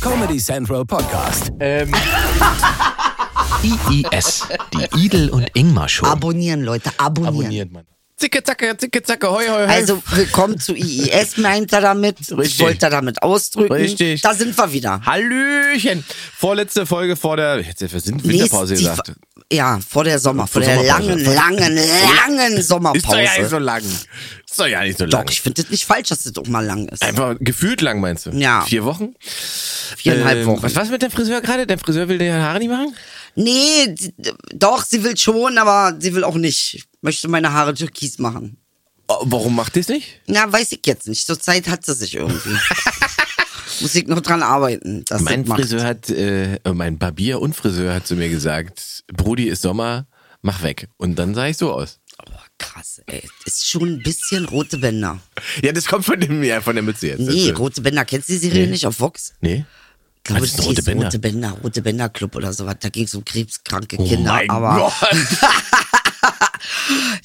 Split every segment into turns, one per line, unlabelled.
Comedy Central Podcast.
Ähm,
IIS, die Idel und Ingmar Show.
Abonnieren, Leute, abonnieren.
abonniert man. Zicke, zacke, zicke, zacke, hoi, hoi, hoi.
Also, willkommen zu IIS, meint er damit.
Richtig.
Wollte er damit ausdrücken.
Richtig.
Da sind wir wieder.
Hallöchen. Vorletzte Folge vor der, jetzt wir sind Winterpause
Nächst- die-
gesagt.
Ja, vor der Sommer, vor der langen,
Sommerpause.
langen, langen
Ist doch ja nicht so
Sommerpause.
lang. Ist doch ja nicht so lang.
Doch, ich finde es nicht falsch, dass es doch mal lang ist.
Einfach gefühlt lang meinst du?
Ja.
Vier Wochen?
Viereinhalb
Ähm,
Wochen.
Was war's mit dem Friseur gerade? Der Friseur will dir deine Haare nicht machen?
Nee, d- d- doch, sie will schon, aber sie will auch nicht. Ich möchte meine Haare türkis machen.
Oh, warum macht ihr es nicht?
Na, weiß ich jetzt nicht. Zurzeit hat sie sich irgendwie. Muss ich noch dran arbeiten. Dass
Mein
das macht.
Friseur hat, äh, äh, mein Barbier und Friseur hat zu mir gesagt, Brudi, ist Sommer, mach weg. Und dann sah ich so aus.
Boah, krass, ey. Das ist schon ein bisschen rote Bänder.
Ja, das kommt von dem, ja, von der Mütze jetzt. Also,
Nee,
Das-
rote Bänder. Kennst du die Serie
Nee.
nicht auf Vox?
nee?
Ich glaube,
Was ist
die
Rote
ist
Bänder?
Rote Bänder, Rote Bänder Club oder sowas. Da ging es um krebskranke Kinder.
Oh mein
aber
Gott.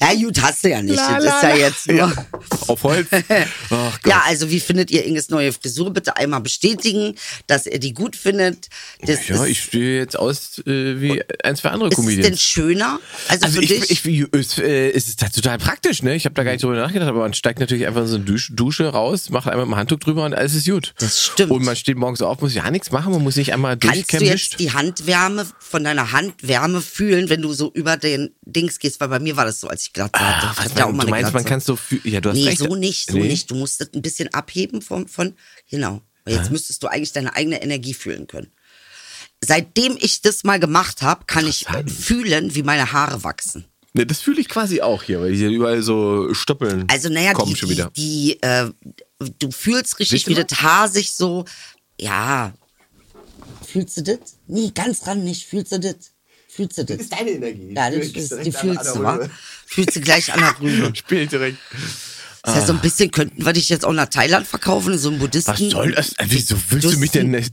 ja, gut, hast du ja nicht.
La,
das
la,
ist ja
la.
jetzt nur. Ja.
Auf Holz. Ach Gott.
also wie findet ihr Inges neue Frisur? Bitte einmal bestätigen, dass ihr die gut findet. Das
Ja,
ist,
ich stehe jetzt aus äh, wie eins für andere
ist es denn
Comedians.
schöner? Also,
Also
für
ich,
dich?
ich, ich, äh, es ist total praktisch, ne? Ich habe da gar nicht drüber nachgedacht, aber man steigt natürlich einfach in so eine Dusch, Dusche raus, macht einmal ein Handtuch drüber und alles ist gut.
Das stimmt.
Und man steht morgens auf, muss ja nichts machen, man muss nicht einmal
Kannst du
durchkämmen.
jetzt die Handwärme von deiner Handwärme fühlen, wenn du so über den Dings gehst? Weil bei mir war das so, als ich glatt war.
Ah, was man, du meinst, man kann so viel. Ja, du hast
Nee,
recht.
so nicht, so
Nee.
nicht. Du musst das ein bisschen abheben von, von genau. Und Jetzt müsstest du eigentlich deine eigene Energie fühlen können. Seitdem ich das mal gemacht habe, kann ich äh, fühlen, wie meine Haare wachsen.
Nee, das fühle ich quasi auch hier, weil hier überall so Stoppeln
Also naja,
kommen
die,
schon
die,
wieder.
die äh, du fühlst richtig,
Siehst du
wie
mal?
das Haar sich so, ja. Fühlst du das? Nee, ganz ran nicht. Fühlst du das? Fühlst du das? Das ist deine Energie. Ja, das ist, die fühlst du, wa? Fühlst du gleich an der Rübe.
Spielt direkt.
Das heißt, so ein bisschen könnten wir dich jetzt auch nach Thailand verkaufen, so einen Buddhisten.
Was soll das? Äh, Wieso willst du mich denn.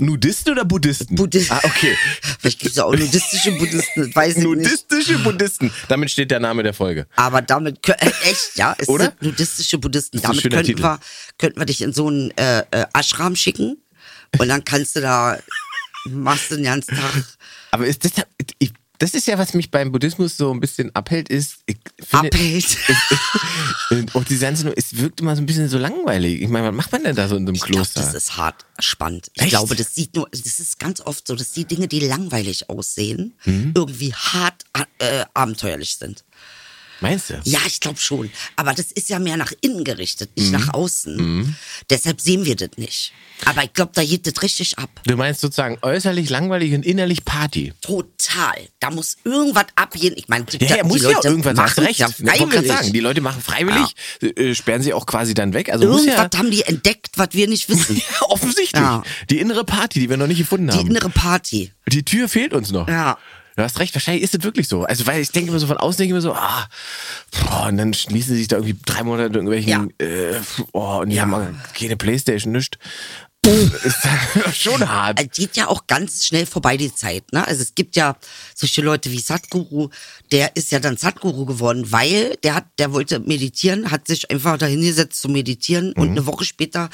Nudisten oder Buddhisten?
Buddhist.
Ah, okay.
Vielleicht gibt es ja auch nudistische Buddhisten, das weiß ich nicht.
Nudistische Buddhisten. Damit steht der Name der Folge.
Aber damit, kö- äh, echt, ja, es
Oder?
sind nudistische Buddhisten.
Ist ein
Damit
schöner
könnten
Titel.
wir, könnten wir dich in so einen äh, äh, Ashram schicken und dann kannst du da, machst du den ganzen Tag.
Aber ist das, ich, das ist ja, was mich beim Buddhismus so ein bisschen abhält, ist. Ich finde,
Abhält.
Abhält. Und die ganze, es wirkt immer so ein bisschen so langweilig. Ich meine, was macht man denn da so in so einem
Ich glaube,
Kloster?
das ist hart spannend. Ich
Echt?
glaube, das sieht nur, das ist ganz oft so, dass die Dinge, die langweilig aussehen,
Mhm.
irgendwie hart äh, abenteuerlich sind.
Meinst du?
Ja, ich glaube schon. Aber das ist ja mehr nach innen gerichtet,
Mhm.
nicht nach außen. Deshalb sehen wir das nicht. Aber ich glaube, da geht das richtig ab.
Du meinst sozusagen äußerlich langweilig und innerlich Party.
Total. Da muss irgendwas abgehen. Ich meine,
Ja, ja, muss ja irgendwann, hast recht.
Ja
Ich wollte gerade
freiwillig.
sagen, die Leute machen freiwillig, äh, sperren sie auch quasi dann weg. Also muss
irgendwas
ja
haben die entdeckt, was wir nicht wissen.
offensichtlich
Ja.
die innere Party, die wir noch nicht gefunden
die
haben.
innere Party.
Die Tür fehlt uns noch.
Ja.
Du hast recht, wahrscheinlich ist es wirklich so. Also, weil ich denke immer so von außen, denke ich immer so, ah, boah, und dann schließen sie sich da irgendwie drei Monate in irgendwelchen, äh, oh, und die haben keine Playstation, nichts. ist dann schon hart.
Es geht ja auch ganz schnell vorbei, die Zeit. Ne? Also es gibt ja solche Leute wie Sadhguru, der ist ja dann Sadhguru geworden, weil der hat, der wollte meditieren, hat sich einfach dahingesetzt zu meditieren und eine Woche später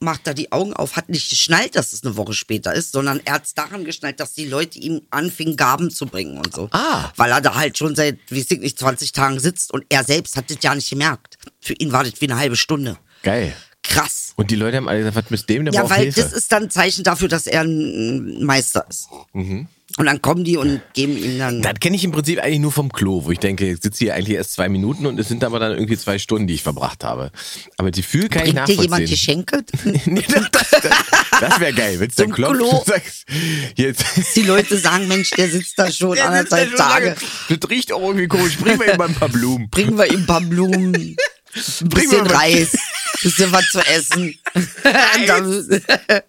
macht er die Augen auf, hat nicht geschnallt, dass es eine Woche später ist, sondern er hat es daran geschnallt, dass die Leute ihm anfingen, Gaben zu bringen und so.
Ah.
Weil er da halt schon seit, wie ich nicht, 20 Tagen sitzt und er selbst hat das ja nicht gemerkt. Für ihn war das wie eine halbe Stunde.
Geil.
Krass.
Und die Leute haben alle gesagt, was mit dem, der
Ja,
braucht
weil
Hilfe.
das ist dann ein Zeichen dafür, dass er ein Meister ist.
Mhm.
Und dann kommen die und geben ihm dann.
Das kenne ich im Prinzip eigentlich nur vom Klo, wo ich denke, ich sitze hier eigentlich erst zwei Minuten und es sind aber dann irgendwie zwei Stunden, die ich verbracht habe. Aber die Gefühl kann
Bringt
ich
dir jemand
nachvollziehen.
Geschenke?
Nee, das das, das wäre geil, wenn es dann
Zum
klopft
Klo.
und sagst, jetzt.
Die Leute sagen, Mensch, der sitzt da schon
Der sitzt da
anderthalb
schon
Tage.
lange. Das riecht auch irgendwie komisch. Bring mir mal ein paar Blumen.
Bringen wir ihm ein paar Blumen, ein
Bringen wir
bisschen
mal-
Reis, ein bisschen was zu essen. Und dann-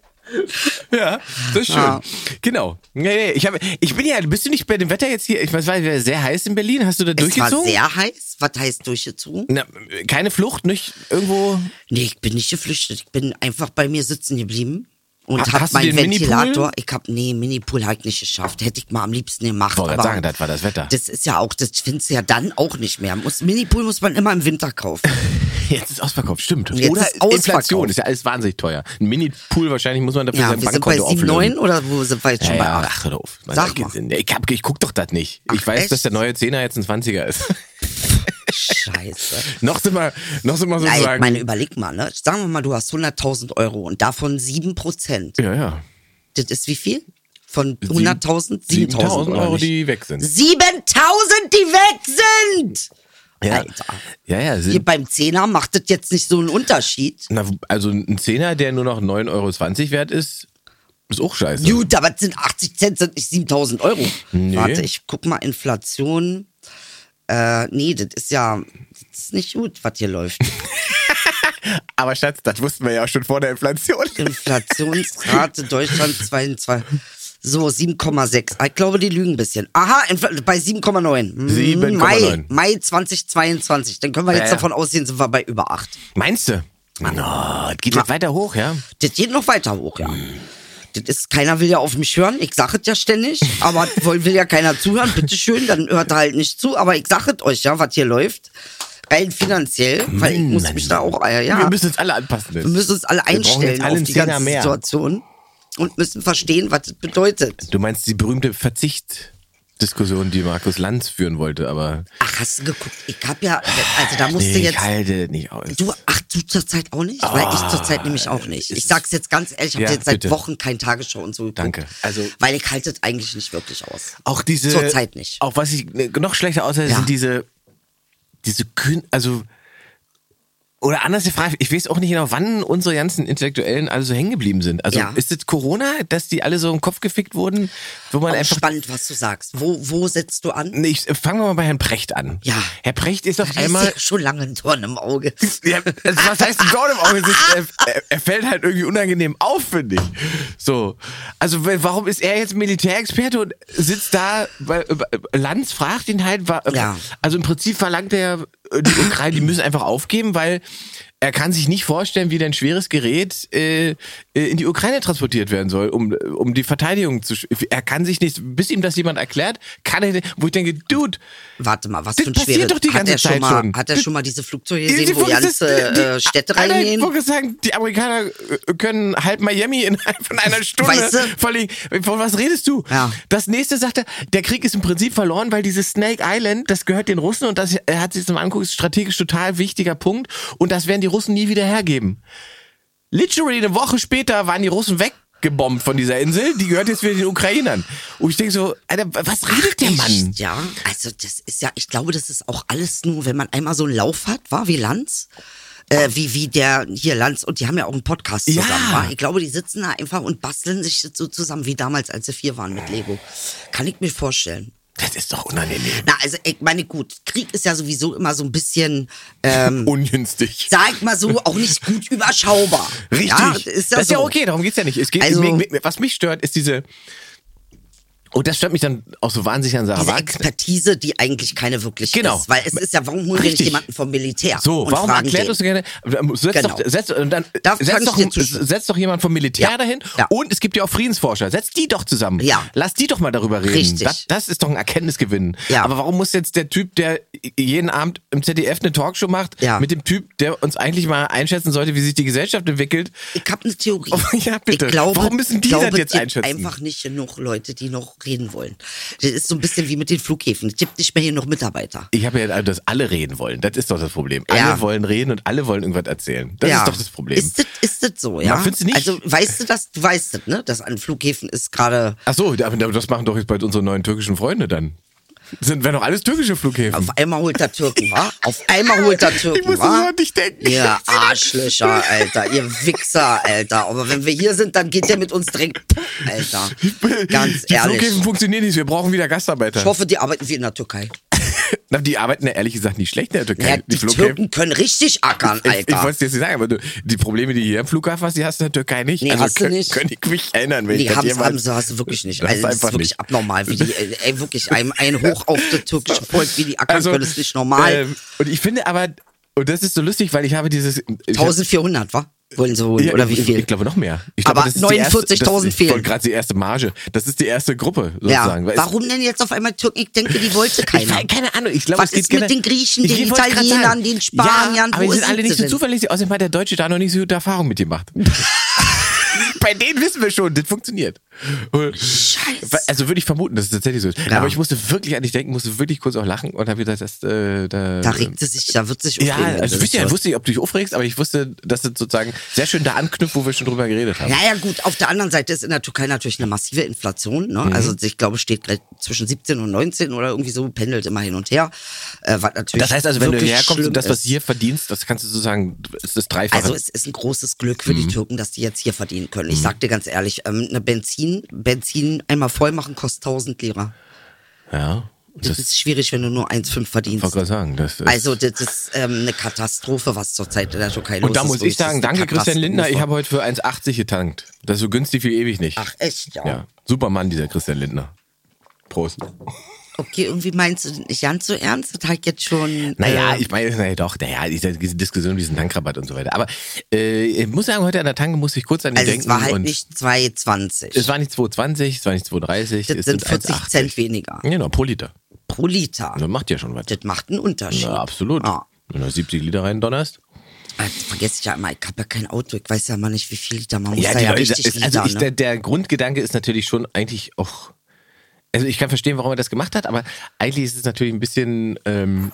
Ja, das ist schön.
Ja.
Genau. Nee, nee, ich, hab, ich bin ja, bist du nicht bei dem Wetter jetzt hier? Ich weiß, war ja sehr heiß in Berlin. Hast du da
Es war
durchgezogen?
sehr heiß. Was heißt durchgezogen?
Na, keine Flucht, nicht irgendwo.
Nee, ich bin nicht geflüchtet. Ich bin einfach bei mir sitzen geblieben. und
Ha-
hat
hast du
meinen
den Minipool?
Ventilator. Ich hab, nee, Minipool hab ich nicht geschafft. Hätte ich mal am liebsten gemacht.
Wollte
aber
gerade sagen, das war das Wetter.
Das ist ja auch, das findest du ja dann auch nicht mehr. Muss, Minipool muss man immer im Winter kaufen.
Jetzt ist ausverkauft, stimmt.
Jetzt
Oder
ist ausverkauft.
Inflation, ist ja alles wahnsinnig teuer. Ein Mini-Pool wahrscheinlich muss man dafür
ja,
sein
wir sind bei
Bankkonto
7,9
auflösen.
oder wo sind wir jetzt
Ja,
schon bei
ja,
8?
ach, hör auf. Man,
Sag
da
mal.
geht's in- Ich, hab, ich guck doch das nicht.
Ach,
ich weiß, dass
echt?
der neue Zehner jetzt ein 20er ist.
Scheiße.
noch sind wir, noch sind wir
Nein,
sozusagen.
ich meine, überleg mal, ne? Sagen wir mal, du hast 100.000 Euro und davon 7%.
ja, ja.
Das ist wie viel? Von 100.000? 7.000
7000
Euro.
Euro,
nicht?
die weg sind.
7.000, die weg sind!
Ja,
Alter.
ja, ja
Hier
sind,
beim Zehner macht das jetzt nicht so einen Unterschied.
na, also ein Zehner, der nur noch 9,20 Euro wert ist, ist auch scheiße.
Gut, aber es sind 80 Cent, sind nicht 7000 Euro.
Nee.
Warte, ich guck mal, Inflation. Äh, nee, das ist ja das ist nicht gut, was hier läuft.
Aber Schatz, das wussten wir ja auch schon vor der Inflation.
Inflationsrate Deutschland 22. So, 7,6. Ah, Ich glaube, die lügen ein bisschen. Aha, Infla bei 7,9. Hm,
7,9.
Mai, Mai 2022. Dann können wir jetzt
Ja, ja.
davon ausgehen, sind wir bei über 8.
Meinst du? No, geht jetzt weiter hoch, ja?
Das geht noch weiter hoch, ja. Das ist, keiner will ja auf mich hören. Ich sage es ja ständig, aber will, will ja keiner zuhören. Bitteschön, dann hört er halt nicht zu. Aber ich sage es euch ja, was hier läuft. Rein finanziell, weil ich muss mich da auch, äh, ja.
Wir müssen uns alle anpassen. jetzt.
Wir müssen uns alle
Wir brauchen jetzt
einstellen
alle
auf
einen
die
Zehner
ganze
mehr.
Situation und müssen verstehen, was das bedeutet.
Du meinst die berühmte Verzichtdiskussion, die Markus Lanz führen wollte, aber
Ach, hast du geguckt? Ich hab ja, also da musste
nee, ich
jetzt.
halte nicht aus.
Du, ach, du zurzeit auch nicht? Weil ich zurzeit nämlich auch nicht. Ich sag's jetzt ganz ehrlich, ich habe
Ja,
jetzt seit
bitte.
Wochen kein Tagesschau und so geguckt.
Danke. Also-
weil ich halte es eigentlich nicht wirklich aus.
auch diese
Zurzeit nicht.
Auch was ich ne, noch schlechter aushalte,
Ja.
sind diese diese Kün also oder anders gefragt, ich weiß auch nicht genau, wann unsere ganzen Intellektuellen alle so hängen geblieben sind. Also
Ja.
ist es Corona, dass die alle so im Kopf gefickt wurden, wo man
Auch
einfach
spannend, was du sagst. Wo, wo setzt du an?
Nee, ich, fangen wir mal bei Herrn Precht an.
Ja.
Herr Precht ist auf
Da ist
einmal
ja schon lange ein Dorn im Auge.
Ja, also was heißt ein Dorn im Auge? Es ist, er, er- er fällt halt irgendwie unangenehm auf, finde ich. So. Also, w- warum ist er jetzt Militärexperte und sitzt da? Weil, äh, Lanz fragt ihn halt, wa-
Ja.
also im Prinzip verlangt er, äh, die Ukraine, die müssen einfach aufgeben, weil er kann sich nicht vorstellen, wie denn schweres Gerät äh, äh, in die Ukraine transportiert werden soll, um, um die Verteidigung zu. sch- Er kann sich nicht, bis ihm das jemand erklärt, kann er, wo ich denke, Dude,
Warte mal, was
Das
für ein
passiert
schweres.
doch die
hat er
ganze
schon
Zeit
mal,
schon.
Hat er
Das-
schon mal diese Flugzeuge
Die-
gesehen,
die
wo
Vogel- das-
ganze
die-
äh, Städte
Alter, Ich
reingehen?
wollte sagen, die Amerikaner äh, können halb Miami innerhalb von einer Stunde
Weißt du?
verlegen. Von was redest du?
Ja.
Das nächste sagt er, der Krieg ist im Prinzip verloren, weil dieses Snake Island, das gehört den Russen und das er hat sich zum Angucken, ist strategisch total wichtiger Punkt und das werden die Russen nie wieder hergeben. Literally eine Woche später waren die Russen weggebombt von dieser Insel, die gehört jetzt wieder den Ukrainern. Und ich denke so, Alter, was redet der Mann?
Echt, ja, also das ist ja, ich glaube, das ist auch alles nur, wenn man einmal so einen Lauf hat, war wie Lanz. Äh, wie, wie der hier Lanz und die haben ja auch einen Podcast
Ja.
zusammen. wa? Ich glaube, die sitzen da einfach und basteln sich das so zusammen, wie damals, als sie vier waren mit Lego. Kann ich mir vorstellen.
Das ist doch unangenehm.
Na, also ich meine, gut, Krieg ist ja sowieso immer so ein bisschen, ähm,
Ungünstig.
sag ich mal so, auch nicht gut überschaubar.
Richtig.
Ja, ist ja
das ist ja
so.
okay, darum geht's ja nicht. Es geht,
Also-
mir- mir- was mich stört, ist diese. Und das stört mich dann auch so wahnsinnig an Sarah
Diese
Wagner.
Expertise, die eigentlich keine wirklich
Genau.
ist. Weil es ist ja, warum holen wir nicht
Richtig.
jemanden vom Militär?
So,
und
warum
fragen
erklärt
den?
uns gerne? Setz,
Genau.
doch, setz, und dann,
Da kann
setz,
ich
doch,
dir zustimmen.
setz doch jemand vom Militär
Ja.
dahin.
Ja.
Und es gibt ja auch Friedensforscher. Setz die doch zusammen.
Ja.
Lass die doch mal darüber reden.
Richtig.
Das, das ist doch ein Erkenntnisgewinn.
Ja.
Aber warum muss jetzt der Typ, der jeden Abend im ZDF eine Talkshow macht,
Ja.
mit dem Typ, der uns eigentlich mal einschätzen sollte, wie sich die Gesellschaft entwickelt,
Ich habe eine Theorie.
Oh, ja, bitte.
Ich glaube,
Warum müssen die
ich glaube,
das jetzt
es gibt
einschätzen?
einfach nicht genug Leute, die noch reden wollen. Das ist so ein bisschen wie mit den Flughäfen. Es gibt nicht mehr hier noch Mitarbeiter.
Ich habe ja, also, dass alle reden wollen. Das ist doch das Problem. Alle
Ja.
wollen reden und alle wollen irgendwas erzählen. Das
ja.
ist doch das Problem.
Ist das, ist das so, ja?
Na, findest du nicht?
Also, weißt du das? Du weißt das, ne? Das an Flughäfen ist gerade.
Ach so, aber das machen doch jetzt bald unsere neuen türkischen Freunde dann. Sind wären doch alles türkische Flughäfen.
Auf einmal holt der Türken, wa? Auf einmal holt der Türken,
Ich muss
wa?
so an dich denken.
Ihr Arschlöcher, Alter. Ihr Wichser, Alter. Aber wenn wir hier sind, dann geht ihr mit uns direkt, Alter. Ganz
die
ehrlich.
Flughäfen funktionieren nicht. Wir brauchen wieder
Ich
Gastarbeiter.
hoffe, die arbeiten wie in der Türkei.
Na, die arbeiten ja ehrlich gesagt nicht schlecht in der Türkei.
Ja, die Türken können richtig ackern,
Ich, ich
Alter.
wollte es dir jetzt nicht sagen, aber du, die Probleme, die hier im Flughafen hast, die hast du in der Türkei nicht.
Nee,
also
hast du
können,
nicht.
können die mich erinnern, wenn
Nee,
ich das
haben sie,
jemals-
haben sie, hast du wirklich nicht.
Das
Also,
ist
das ist
einfach
wirklich
nicht.
abnormal, wie die, äh, ey, wirklich, ein, ein Hoch auf das türkische Volk, wie die
Also,
ackern können, ist nicht normal.
ähm, und ich finde aber, und das ist so lustig, weil ich habe dieses. ich hab-
1400, wa? wollen sie holen
Ja,
oder wie
ich-
viel?
Ich glaube noch mehr. Ich
Aber
glaube, das ist die erste- das-
49.000
Ich
fehlen.
wollte gerade die erste Marge. Das ist die erste Gruppe
ja.
sozusagen. Weil es-
Warum denn jetzt auf einmal Türken? Ich denke, die wollte
Ich
keiner.
weiß, keine Ahnung, ich glaube,
Was
es geht
ist mit
generell-
den Griechen,
Ich-
den
ich wollte's grad
Italienern,
sagen.
den Spaniern?
Ja, aber
Wo
die sind
sind
alle
sie
nicht so
denn?
zuverlässig. Außerdem hat der Deutsche da noch nicht so gute Erfahrung mit gemacht. Bei denen wissen wir schon, das funktioniert. Scheiße. Also würde ich vermuten, dass es tatsächlich so ist.
Ja.
Aber ich musste wirklich an dich denken, musste wirklich kurz auch lachen und habe gedacht, dass äh, da,
Da regt es sich, da wird sich
ja,
aufregen, wenn
also
sie
ich wusste,
das
ja,
hört.
wusste nicht, ob du dich aufregst, aber ich wusste, dass es sozusagen sehr schön da anknüpft, wo wir schon drüber geredet haben.
Naja, gut, auf der anderen Seite ist in der Türkei natürlich eine massive Inflation.
Mhm.
Ne? Also ich glaube, steht gleich zwischen 17 und 19 oder irgendwie so, pendelt immer hin und her. Äh, was natürlich
Das heißt also, wenn du
wirklich
herkommst
schlimm
und das, was
ist.
hier verdienst, das kannst du sozusagen, ist das Dreifache.
Also es ist ein großes Glück für
Mhm.
die Türken, dass die jetzt hier verdienen können. Ich sag dir ganz ehrlich, ähm, eine Benzin, Benzin einmal voll machen kostet 1000 Lira.
ja,
Das,
das,
ist schwierig, wenn du nur 1,5 verdienst.
wollte gerade sagen. Das ist,
Also das ist ähm, eine Katastrophe, was zurzeit in der Türkei los
Und da
ist.
muss ich
das
sagen,
ist eine
danke Christian Lindner, ich
Katastrophe.
habe heute für 1,80 getankt. Das ist so günstig wie ewig nicht.
Ach echt, ja.
Ja, super Mann, dieser Christian Lindner. Prost.
Okay, irgendwie meinst du das nicht ganz so ernst? Das hat jetzt schon...
Naja,
äh,
ich meine, naja, doch, naja, diese diese Diskussion um diesen Tankrabatt und so weiter. Aber äh, ich muss sagen, heute an der Tanke muss ich kurz an die
also
denken.
es war halt
und
nicht 2,20.
es war nicht 2,20, es war nicht 2,30.
das
es
sind 40
1,80.
Cent weniger
Genau, pro Liter.
pro Liter.
Das macht ja schon was.
Das macht einen Unterschied.
Ja, absolut.
Ah.
Wenn du 70 Liter reindonnerst.
Das vergesse ich ja immer, ich habe ja kein Auto, ich weiß ja mal nicht, wie viel Liter man muss.
Ja,
da
die
ja
Leute,
richtig
es- also
Liter,
ich,
ne?
der, der Grundgedanke ist natürlich schon eigentlich auch. Also ich kann verstehen, warum er das gemacht hat, aber eigentlich ist es natürlich ein bisschen. Ähm,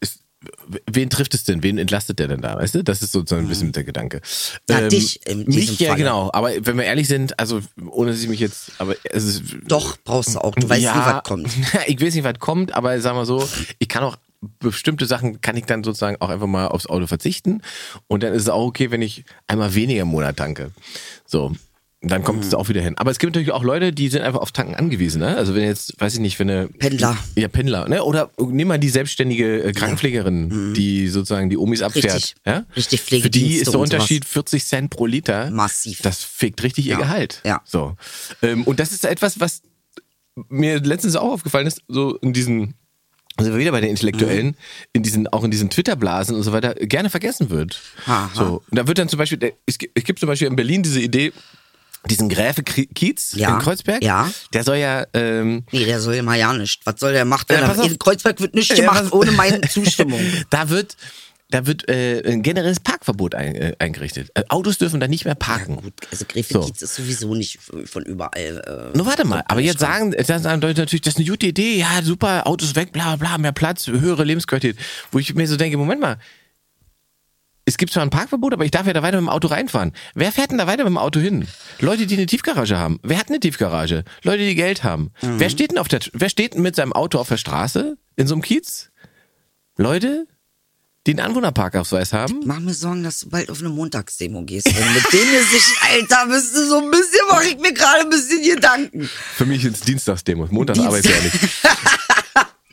ist, wen trifft es denn? Wen entlastet der denn da? Weißt du? Das ist sozusagen ein bisschen der Gedanke.
Mhm.
Ähm,
Na, dich in diesem
mich, ja
Falle.
genau. Aber wenn wir ehrlich sind, also ohne dass ich mich jetzt, aber es ist,
Doch, brauchst du auch. Du weißt
ja,
nie, was kommt.
Ich weiß nicht, was kommt, aber sagen wir so, ich kann auch bestimmte Sachen kann ich dann sozusagen auch einfach mal aufs Auto verzichten und dann ist es auch okay, wenn ich einmal weniger im Monat tanke. So. Dann kommt
Mhm.
es auch wieder hin. Aber es gibt natürlich auch Leute, die sind einfach auf Tanken angewiesen. Ne? Also wenn jetzt, weiß ich nicht, wenn eine...
Pendler.
Ja, Pendler. Ne? Oder nimm mal die selbstständige äh, Krankenpflegerin, die sozusagen die Omis abfährt.
Mhm. Richtig.
Ja?
Richtig,
Für die
Pflegedienste
ist der
und sowas.
Unterschied 40 Cent pro Liter.
Massiv.
Das fickt richtig ihr
Ja.
Gehalt.
Ja.
So. Ähm, und das ist etwas, was mir letztens auch aufgefallen ist, so in diesen, also wieder bei den Intellektuellen,
Mhm.
in diesen, auch in diesen Twitter-Blasen und so weiter, gerne vergessen wird.
Aha.
So. Und da wird dann zum Beispiel, der- es gibt, es gibt zum Beispiel in Berlin diese Idee, diesen Gräfe Kri- Kiez
Ja.
in Kreuzberg,
Ja.
der soll ja, ähm,
Nee, der soll ja mal ja nicht. Was soll der machen? wenn
Ja,
er-
pass auf.
in Kreuzberg wird
Ja,
nichts gemacht
pass-
ohne meine Zustimmung.
da wird, da wird äh, ein generelles Parkverbot ein, äh, eingerichtet. Äh, Autos dürfen da nicht mehr parken.
Gut, also Gräfe
So.
Kiez ist sowieso nicht von überall. Äh,
Nur warte mal, aber jetzt sagen, dann sagen Leute natürlich, das ist eine gute Idee, ja, super, Autos weg, bla bla, mehr Platz, höhere Lebensqualität. Wo ich mir so denke, Moment mal, es gibt zwar ein Parkverbot, aber ich darf ja da weiter mit dem Auto reinfahren. Wer fährt denn da weiter mit dem Auto hin? Leute, die eine Tiefgarage haben. Wer hat eine Tiefgarage? Leute, die Geld haben. Wer steht denn auf der, wer steht denn mit seinem Auto auf der Straße in so einem Kiez? Leute, die einen Anwohnerparkausweis haben?
Mach mir Sorgen, dass du bald auf eine Montagsdemo gehst. Und mit denen ist sich, Alter, bist du so ein bisschen, mache ich mir gerade ein bisschen Gedanken.
Für mich sind es Dienstagsdemos, montags
Dienst-
arbeite ich ja nicht.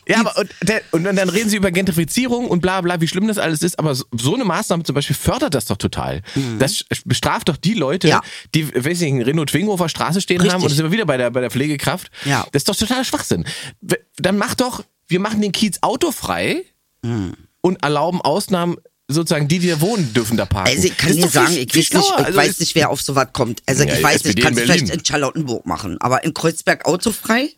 Ja, aber und, der, und dann dann reden sie über Gentrifizierung und bla bla, wie schlimm das alles ist. Aber so, so eine Maßnahme zum Beispiel fördert das doch total. Das bestraft doch die Leute,
Mhm. Ja.
die, weiß ich, in Reno-Twingofer Straße stehen haben
Richtig.
und sind wir wieder bei der, bei der Pflegekraft.
Ja.
Das ist doch totaler Schwachsinn. W- Dann mach doch, wir machen den Kiez autofrei
Mhm.
und erlauben Ausnahmen, sozusagen die, die da wohnen, dürfen da parken.
Also ich kann
Das ist
dir
doch viel-
sagen, ich,
viel
weiß nicht,
schlauer.
ich
Also
weiß
es-
nicht, wer auf sowas kommt. Also
Ja,
ich weiß
SPD
nicht, kannst du
in
vielleicht
Berlin.
in Charlottenburg machen, aber in Kreuzberg autofrei?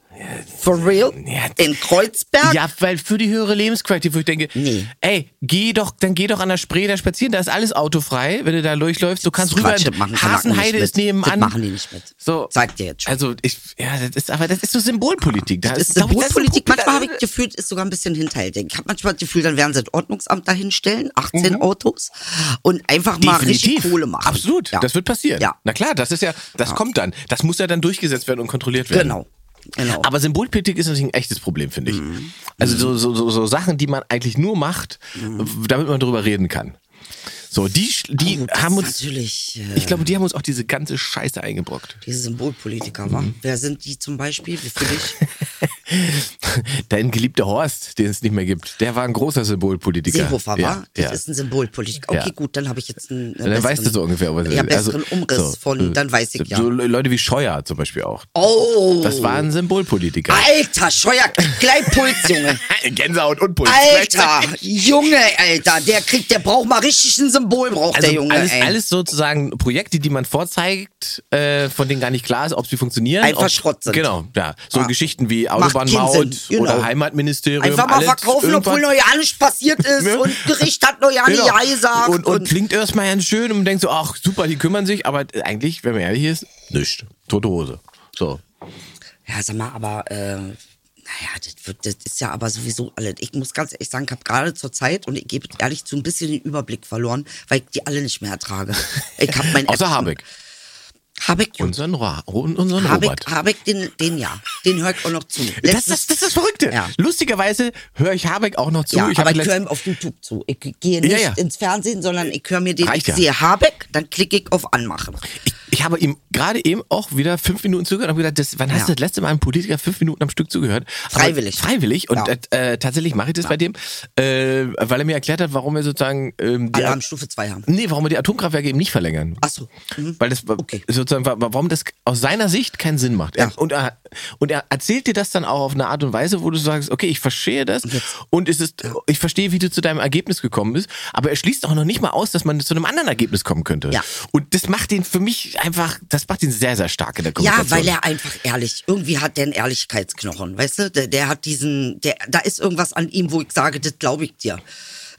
For real?
Ja,
in Kreuzberg?
Ja, weil für die höhere Lebensqualität, wo ich denke,
Nee.
ey, geh doch, dann geh doch an der Spree da spazieren, da ist alles autofrei, wenn du da durchläufst, du kannst rüber.
Quatsch, das machen Kanaken
Hasenheide
nicht
ist
mit.
nebenan.
Das machen die nicht mit.
So,
Sag dir jetzt schon.
Also, ich, ja, das ist, aber das ist so Symbolpolitik. Da
Das ist
glaub ich, das
Symbolpolitik.
ein Problem.
Manchmal habe ich das Gefühl, das ist sogar ein bisschen hinterhältig. Ich habe manchmal das Gefühl, dann werden sie das Ordnungsamt dahinstellen,
Mhm.
18 Autos, und einfach mal richtig Kohle machen.
Absolut,
Ja.
das wird passieren.
Ja.
Na klar, das ist ja, das kommt dann. Das muss ja dann durchgesetzt werden und kontrolliert werden.
Genau. genau.
Aber Symbolpolitik ist natürlich ein echtes Problem, finde ich.
Mhm.
Also so, so, so, so Sachen, die man eigentlich nur macht, damit man drüber reden kann. So, die, sch- die
Gut, Mhm. das
haben
ist
uns,
natürlich äh,
ich glaube, die haben uns auch diese ganze Scheiße eingebrockt.
diese Symbolpolitiker, wa?
Mhm.
Wer sind die zum Beispiel? Wie für dich?
Dein geliebter Horst, den es nicht mehr gibt, der war ein großer Symbolpolitiker.
Seehofer,
ja,
wa? Das
ja.
ist ein Symbolpolitiker. Okay,
Ja.
gut, dann habe ich jetzt einen. äh,
dann weißt du so ungefähr, was es
Ja,
ist. Also,
besseren Umriss
so, äh,
von, dann weiß ich ja.
So Leute wie Scheuer zum Beispiel auch.
oh!
Das waren Symbolpolitiker.
Alter, Scheuer, kriegt gleich Puls, Junge.
Gänsehaut und Puls.
Alter, Junge, Alter, der kriegt, der braucht mal richtig einen Symbol braucht
Also
der Junge.
alles,
ey.
alles sozusagen Projekte, die man vorzeigt, äh, von denen gar nicht klar ist, ob sie funktionieren.
Einfach
ob-
Schrott sind.
Genau, ja. So
Ja.
Geschichten wie
Macht keinen
Autobahnmaut
Sinn, genau.
oder Heimatministerium.
Einfach mal
alles
verkaufen, obwohl
irgendwas-
noch ja nichts passiert ist
Ne?
und Gericht hat noch ja nicht
Genau.
Ja gesagt.
Und, und klingt erstmal ganz schön und man denkt so, ach super, die kümmern sich, aber eigentlich, wenn man ehrlich ist, nichts. Tote Hose. So.
Ja, sag mal, aber äh, naja, das, wird, das ist ja aber sowieso alles. Ich muss ganz ehrlich sagen, ich habe gerade zur Zeit und ich gebe ehrlich zu ein bisschen den Überblick verloren, weil ich die alle nicht mehr ertrage. Ich habe mein
Außer Habeck.
Habeck, Junge.
Unseren, Ra und unseren Robert.
Habeck, Habeck, den, den ja, den hört auch noch zu.
Das ist das, ist das Verrückte.
Ja.
Lustigerweise höre ich Habeck auch noch zu.
ja,
ich hab
aber ich
letzt-
höre ihm auf YouTube zu. Ich gehe nicht
Ja, ja.
ins Fernsehen, sondern ich höre mir den,
Reicht
ich
ja.
sehe Habeck, dann klicke ich auf Anmachen.
Ich, ich habe ihm gerade eben auch wieder fünf Minuten zugehört und habe gedacht, das, wann
Ja.
hast du das letzte Mal einem Politiker fünf Minuten am Stück zugehört? Aber
Freiwillig.
Freiwillig. Und
Ja.
äh, äh, tatsächlich mache ich das bei dem, äh, weil er mir erklärt hat, warum wir sozusagen ähm, die,
Alarmstufe 2 haben.
nee, warum wir die Atomkraftwerke eben nicht verlängern.
Ach so. Mhm.
Weil das
Okay.
sozusagen, wa- warum das aus seiner Sicht keinen Sinn macht. Er,
Ja.
und, er, und er erzählt dir das dann auch auf eine Art und Weise, wo du sagst, okay, ich verstehe das
Jetzt.
und es ist, ich verstehe, wie du zu deinem Ergebnis gekommen bist, aber er schließt auch noch nicht mal aus, dass man zu einem anderen Ergebnis kommen könnte.
Ja.
Und das macht ihn für mich einfach, das macht ihn sehr, sehr stark in der
Ja,
Kommunikation.
weil er einfach ehrlich, irgendwie hat der einen Ehrlichkeitsknochen, weißt du? Der, der hat diesen, der, da ist irgendwas an ihm, wo ich sage, das glaube ich dir.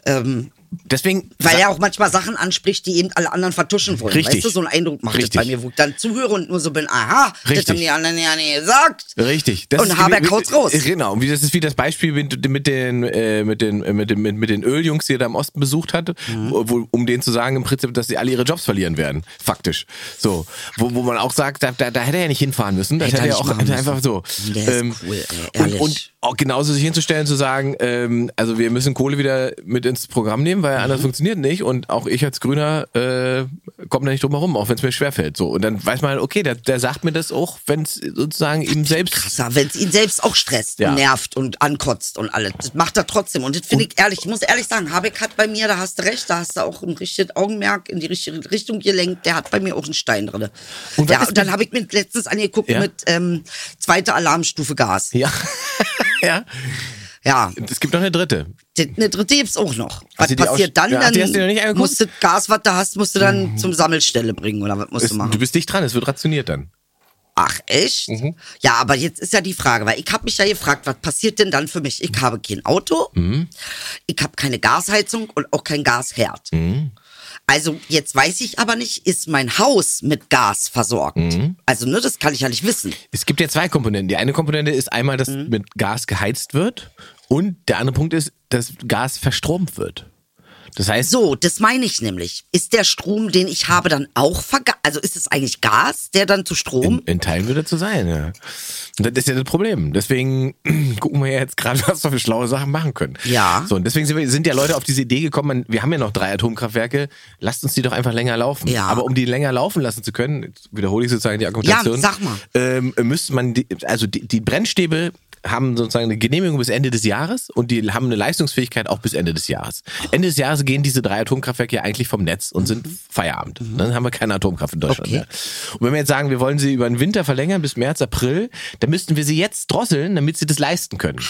Ähm,
Deswegen,
weil er auch manchmal Sachen anspricht, die eben alle anderen vertuschen wollen.
Richtig.
Weißt du, so einen Eindruck macht das
Richtig.
bei mir, wo ich dann zuhöre und nur so bin, aha,
Richtig.
das haben die anderen ja nicht gesagt.
Richtig. Das
Und
ist-
Habeck
wie- wie-
haut's raus.
Genau. Und wie- das ist wie das Beispiel mit, mit, den, äh, mit, den, äh, mit, den, mit, mit den Öljungs, die er da im Osten besucht hat,
Mhm.
wo, wo- um denen zu sagen, im Prinzip, dass sie alle ihre Jobs verlieren werden. Faktisch. So. Wo, wo man auch sagt, da, da, da hätte er ja nicht hinfahren müssen. Das
Hätte
hätte,
er
er
nicht
auch
machen
einfach
müssen.
so. Ähm,
Der ist cool, ey,
und,
ehrlich.
und auch genauso sich hinzustellen, zu sagen, ähm, also wir müssen Kohle wieder mit ins Programm nehmen, weil anders funktioniert nicht. Und auch ich als Grüner äh, komme da nicht drum herum, auch wenn es mir schwerfällt. So. Und dann weiß man, okay, der, der sagt mir das auch, wenn es sozusagen ihm selbst
Wenn es ihn selbst auch stresst
Ja.
und nervt und ankotzt und alles. Das macht er trotzdem. Und das finde ich ehrlich, ich muss ehrlich sagen, Habeck hat bei mir, da hast du recht, da hast du auch ein richtiges Augenmerk in die richtige Richtung gelenkt, der hat bei mir auch einen Stein drin.
Und
Und,
was
ja,
ist
und dann
mit-
habe ich mir letztens angeguckt
Ja.
mit ähm, zweite Alarmstufe Gas.
Ja. ja.
Ja,
Es gibt noch eine dritte.
das- eine dritte gibt's auch noch. Was
du die auch
passiert
sch-
dann?
Ja, die
dann
hast du dir noch nicht angeguckt? Mhm.
musst du das Gas, was du hast, musst du dann zum Sammelstelle bringen oder was musst
Es,
du machen?
du bist dicht dran, es wird rationiert dann.
Ach echt? Ja, aber jetzt ist ja die Frage, weil ich habe mich ja gefragt, was passiert denn dann für mich? Ich habe kein Auto, ich habe keine Gasheizung und auch kein Gasherd. Also jetzt weiß ich aber nicht, ist mein Haus mit Gas versorgt? Also ne, das kann ich ja nicht wissen.
Es gibt ja zwei Komponenten. Die eine Komponente ist einmal, dass mit Gas geheizt wird und der andere Punkt ist, dass Gas verstromt wird. Das heißt,
So, das meine ich nämlich. Ist der Strom, den ich habe, dann auch verga... Also ist es eigentlich Gas, der dann zu
in,
Strom...
in Teilen wird er zu sein. Ja. Und das ist ja das Problem. Deswegen gucken wir ja jetzt gerade, was wir für schlaue Sachen machen können.
Ja.
So, und deswegen sind, wir, sind ja Leute auf diese Idee gekommen, man, wir haben ja noch drei Atomkraftwerke, lasst uns die doch einfach länger laufen.
Ja.
Aber um die länger laufen lassen zu können, jetzt wiederhole ich sozusagen die Argumentation.
Ja, sag mal.
Ähm, müsste man, die, also die, die Brennstäbe haben sozusagen eine Genehmigung bis Ende des Jahres und die haben eine Leistungsfähigkeit auch bis Ende des Jahres. Ende des Jahres gehen diese drei Atomkraftwerke ja eigentlich vom Netz und sind Feierabend. Dann haben wir keine Atomkraft in Deutschland
Okay.
mehr. Und wenn wir jetzt sagen, wir wollen sie über den Winter verlängern bis März, April, dann müssten wir sie jetzt drosseln, damit sie das leisten können.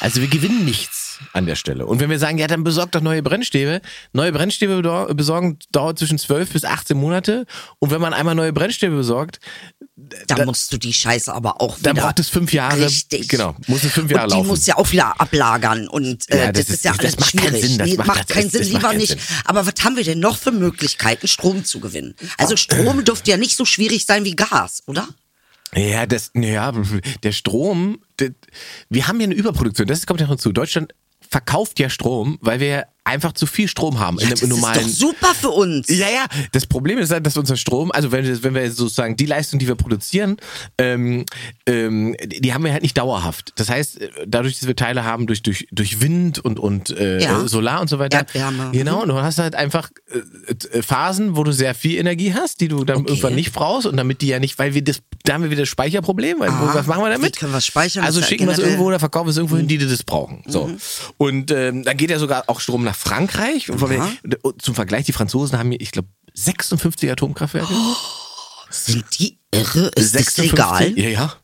Also wir gewinnen nichts an der Stelle. Und wenn wir sagen, ja, dann besorgt doch neue Brennstäbe. Neue Brennstäbe bedau- besorgen dauert zwischen 12 bis 18 Monate. Und wenn man einmal neue Brennstäbe besorgt,
Da, musst du die Scheiße aber auch wieder...
dann braucht es fünf Jahre.
Richtig.
Genau, muss es fünf Jahre
und die
laufen.
muss ja auch wieder ablagern und äh,
Ja,
das,
das
ist
ist-
ja
das
alles
macht keinen
schwierig.
Sinn, das
nee,
macht- das-
keinen
das
Sinn,
macht
lieber
keinen
nicht.
Sinn.
Aber was haben wir denn noch für Möglichkeiten, Strom zu gewinnen? Also Strom dürfte ja nicht so schwierig sein wie Gas, oder?
Ja, das, ja, der Strom, der, wir haben ja eine Überproduktion, das kommt ja hinzu. Deutschland verkauft ja Strom, weil wir einfach zu viel Strom haben in
Ja,
einem
das
normalen.
ist doch super für uns.
ja, ja, das Problem ist halt, dass unser Strom, also wenn, wir- wenn wir sozusagen die Leistung, die wir produzieren, ähm, ähm, die die haben wir halt nicht dauerhaft. Das heißt, äh, dadurch, dass wir Teile haben durch, durch, durch Wind und, und äh,
Ja.
Solar und so weiter.
Erdwärme. Mhm.
Genau, und du hast halt einfach äh, äh, Phasen, wo du sehr viel Energie hast, die du dann irgendwann nicht brauchst und damit die ja nicht, weil wir das, da haben wir wieder das Speicherproblem, weil
Ah,
was machen wir damit?
wie können wir es speichern?
Also
Das ist ja
schicken wir es
generell-
irgendwo oder verkaufen wir es irgendwo hin, die die das brauchen. So. Und ähm, dann geht ja sogar auch Strom nach Frankreich. Und von
Aha.
mir- und oh, zum Vergleich, die Franzosen haben hier, ich glaube, 56 Atomkraftwerke.
Sind die irre? Ist das legal?
Ja, ja.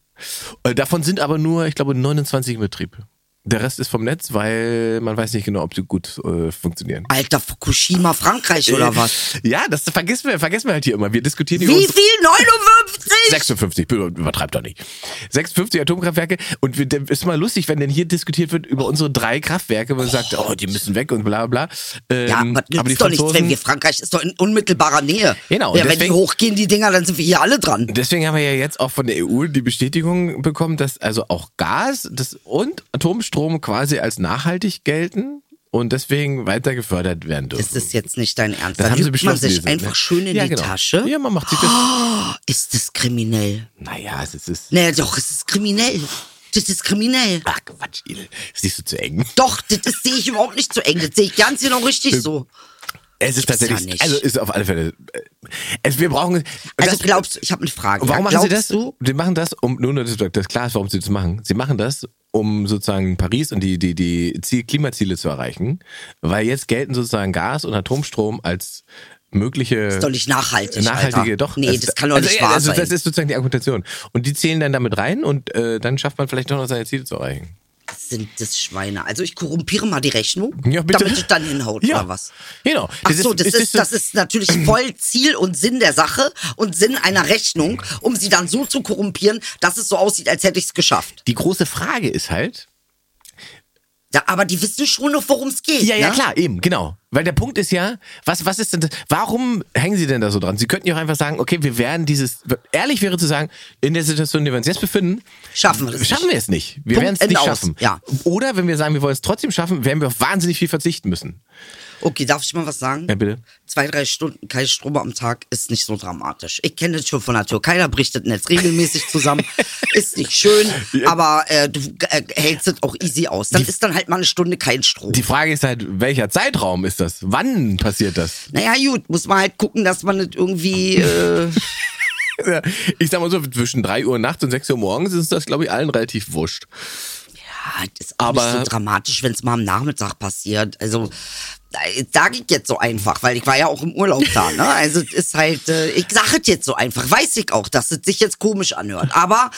Äh, Davon sind aber nur, ich glaube, 29 in Betrieb. Der Rest ist vom Netz, weil man weiß nicht genau, ob sie gut äh, funktionieren.
Alter, Fukushima, Frankreich
Äh,
oder was?
Ja, das vergessen wir, vergessen wir halt hier immer. Wir diskutieren
Wie
hier unsere-
viel? 59?
56, bitte übertreibt doch nicht. 56 Atomkraftwerke und wir, das ist mal lustig, wenn denn hier diskutiert wird über unsere drei Kraftwerke, wo man sagt, oh, die müssen weg und bla bla. Ähm,
Ja, was
aber die
nützt doch nichts, wenn
Franzosen,
wir Frankreich ist doch in unmittelbarer Nähe.
Genau,
Ja, wenn die
deswegen-
hochgehen, die Dinger, dann sind wir hier alle dran.
Deswegen haben wir ja jetzt auch von der EU die Bestätigung bekommen, dass also auch Gas das und Atomstrom quasi als nachhaltig gelten und deswegen weiter gefördert werden dürfen.
Ist das jetzt nicht dein Ernst?
das
dann
haben sie
lügt man
beschlossen.
sich
diese-
einfach schön in
ja,
die
genau.
Tasche. Oh.
Ja, man macht sich das.
Ist das kriminell?
Naja, es ist.
Naja, doch, es ist kriminell. Das ist kriminell.
Ach Quatsch, Idel. Das siehst du zu eng.
Doch, das ist- sehe ich überhaupt nicht so eng. Das sehe ich ganz genau
Äh,
richtig so.
Es ist
Gibt's ja
tatsächlich.
nicht.
also ist auf alle Fälle. äh, Es, wir brauchen.
Also
das-
glaubst du, ich habe eine Frage.
Warum
ja,
machen sie das?
glaubst Du?
Die machen das, um, nur, nur das, das klar ist, warum sie das machen. Sie machen das, um sozusagen Paris und die, die, die Ziel, Klimaziele zu erreichen, weil jetzt gelten sozusagen Gas und Atomstrom als mögliche
Ist doch nicht nachhaltig.
nachhaltige,
Alter.
doch.
Nee,
Also,
das kann doch
also,
nicht
ja,
wahr
also,
sein.
Das ist sozusagen die Argumentation. Und die zählen dann damit rein und äh, dann schafft man vielleicht doch noch seine Ziele zu erreichen.
Sind das Schweine? Also ich korrumpiere mal die Rechnung,
Ja, bitte.
damit es dann hinhaut,
Ja.
oder was?
Genau.
Ach so, das ist, das ist natürlich voll Ziel und Sinn der Sache und Sinn einer Rechnung, um sie dann so zu korrumpieren, dass es so aussieht, als hätte ich es geschafft.
die große Frage ist halt,
Da, aber die wissen schon noch, worum es geht.
Ja, ja,
ne?
klar, eben, genau. Weil der Punkt ist ja, was, was ist denn das? Warum hängen sie denn da so dran? Sie könnten ja auch einfach sagen, okay, wir werden dieses, ehrlich wäre zu sagen, in der Situation, in der wir uns jetzt befinden,
Schaffen wir das
Schaffen
nicht.
wir es nicht. Wir
Punkt,
werden es nicht
Ende aus.
schaffen.
Ja.
Oder wenn wir sagen, wir wollen es trotzdem schaffen, werden wir auf wahnsinnig viel verzichten müssen.
Okay, darf ich mal was sagen?
Ja, bitte.
Zwei, drei Stunden kein Strom am Tag ist nicht so dramatisch. Ich kenne das schon von der Türkei, da bricht das Netz regelmäßig zusammen. ist nicht schön, aber äh, du äh, hältst es auch easy aus. Dann ist dann halt mal eine Stunde kein Strom.
Die Frage ist halt, welcher Zeitraum ist das? Wann passiert das?
naja, gut, muss man halt gucken, dass man das irgendwie. Äh,
Ich sag mal so, zwischen 3 Uhr nachts und 6 Uhr morgens ist das, glaube ich, allen relativ wurscht.
Ah, das ist auch
Aber-
nicht so dramatisch, wenn es mal am Nachmittag passiert. Also sage ich jetzt so einfach, weil ich war ja auch im Urlaub da. Ne? Also es ist halt, äh, ich sage es jetzt so einfach. Weiß ich auch, dass es sich jetzt komisch anhört. Aber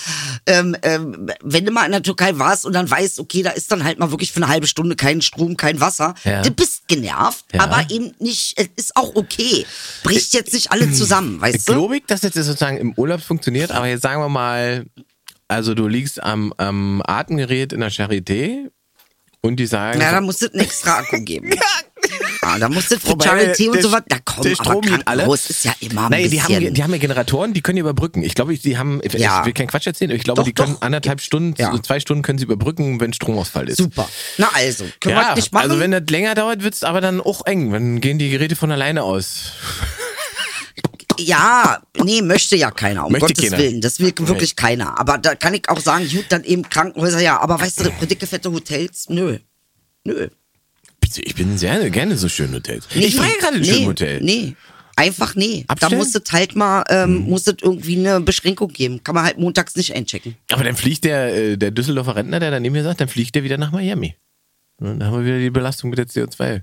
ähm, ähm, wenn du mal in der Türkei warst und dann weißt, okay, da ist dann halt mal wirklich für eine halbe Stunde kein Strom, kein Wasser.
Ja.
Du bist genervt,
Ja.
aber eben nicht. Es ist auch okay. Bricht jetzt nicht alle zusammen, weißt du?
Glaube ich, dass das jetzt sozusagen im Urlaub funktioniert, aber jetzt sagen wir mal, also du liegst am, am Atemgerät in der Charité und die sagen.
Ja, da musst du einen extra Akku geben. Ah, da musst du für
Wobei,
Charity und
der-
sowas. Da kommen
der Strom
aber
geht alle.
Krankenhaus ist ja immer ein
Nein, die
bisschen.
haben, die haben ja Generatoren, die können überbrücken. Ich glaube, die haben, ich
Ja.
will keinen Quatsch erzählen, aber ich glaube,
Doch,
die können
doch.
anderthalb Stunden,
Ja.
so zwei Stunden können sie überbrücken, wenn Stromausfall ist.
Super. Na also, können wir
Ja,
das nicht machen?
also wenn das länger dauert, wird's aber dann auch eng. Dann gehen die Geräte von alleine aus.
ja, nee, möchte ja keiner, um
Möchte
Gottes
keiner.
Willen. Das will wirklich keiner. Aber da kann ich auch sagen, gut, dann eben Krankenhäuser, ja. Aber weißt du, dicke, fette Hotels, nö. Nö.
Bitte, Ich bin sehr gerne so schön Hotels. ich war ja gerade in
nee,
schönen Hotel.
Nee. Einfach nee. Da
Abstellen? Hm.
muss es halt mal, ähm, muss es irgendwie eine Beschränkung geben. Kann man halt montags nicht einchecken.
Aber dann fliegt der, äh, der Düsseldorfer Rentner, der daneben hier sagt, dann fliegt der wieder nach Miami. Und dann haben wir wieder die Belastung mit der CO2-Bilanz.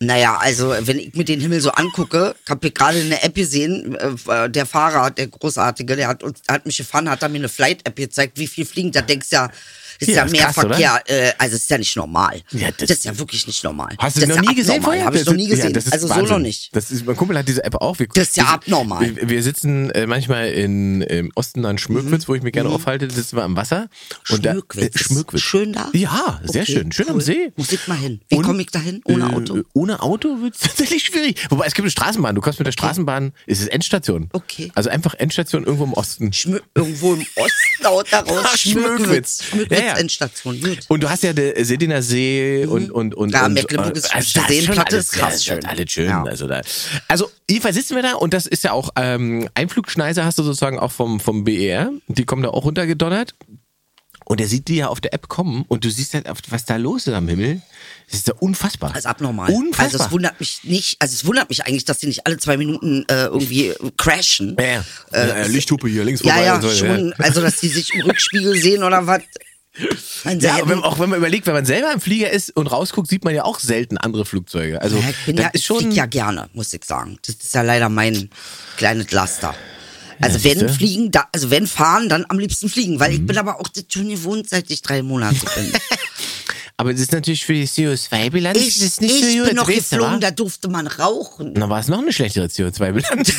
Naja, also wenn ich mir den Himmel so angucke, hab ich gerade eine App gesehen, äh, der Fahrer, der Großartige, der hat, uns, hat mich gefahren, hat da mir eine Flight-App gezeigt, wie viel fliegen, da denkst du ja, ist
Ja,
ja,
ist
mehr
krass, oder?
Verkehr, äh, also ist ja nicht normal.
Ja, das-
das, ist ja wirklich nicht normal.
Hast du
das
noch
ist ja
nie gesehen
abnormal.
vorher?
Hab ich noch nie
Das-
gesehen,
das ist
also
Wahnsinn.
so noch nicht.
Das ist, mein Kumpel hat diese App auch. Wir,
Das ist ja
wir-
abnormal.
Wir, wir sitzen äh, manchmal in, im Osten an Schmöckwitz,
Mhm.
wo ich mich gerne aufhalte, sitzen wir am Wasser. Und da-
Schmöckwitz.
Äh, Schmöckwitz.
Schön da?
Ja, sehr
Okay,
schön. Schön am
cool.
See.
Muss ich mal hin. Wie
Und,
komm ich da hin? Ohne
äh,
Auto?
Ohne Auto wird es tatsächlich schwierig. Wobei, es gibt eine Straßenbahn. Du kommst mit der Straßenbahn, es ist Endstation.
Okay.
Also einfach Endstation irgendwo im Osten.
Schmö irgendwo im Osten haut da
Ach,
raus.
Schmöckwitz.
Schmöckwitz. Schmöckwitz
Ja, ja.
Endstation. Gut.
Und du hast ja der Sediner See und und und
Mhm. Ja,
und,
Mecklenburgische
da ist schon
Seenplatte
alles
ist krass
ja,
schön.
Alles schön,
Ja.
also da. Also jedenfalls sitzen wir da und das ist ja auch ähm, Einflugschneise hast du sozusagen auch vom vom BER, die kommen da auch runtergedonnert. Und er sieht die ja auf der App kommen und du siehst halt, was da los ist am Himmel. Das ist ja unfassbar.
Das ist abnormal.
Unfassbar.
Also es wundert mich nicht, also es wundert mich eigentlich, dass die nicht alle zwei Minuten äh, irgendwie crashen.
Ja, ja. Ja, ja, Lichthupe hier links
Äh, Ja,
vorbei
ja,
und so, ja.
schon. Also, dass die sich im Rückspiegel sehen oder was. Ein
Ja,
selben-
aber wenn, auch wenn man überlegt, wenn man selber im Flieger ist und rausguckt, sieht man ja auch selten andere Flugzeuge. Also
ja, ich bin
das
ja,
ist
ich
schon
flieg ja gerne, muss ich sagen. Das ist ja leider mein kleines Laster. Also
Ja,
wenn
siehste. Mhm.
fliegen, da, also wenn fahren, dann am liebsten fliegen, weil ich bin aber auch das schon gewohnt, seit ich drei Monate bin.
Aber das ist natürlich für die CO2-Bilanz
ich
ist nicht
ich
so gut.
bin noch
das weißt du, wa?
geflogen, da durfte man rauchen.
Na, war es noch eine schlechtere CO2-Bilanz?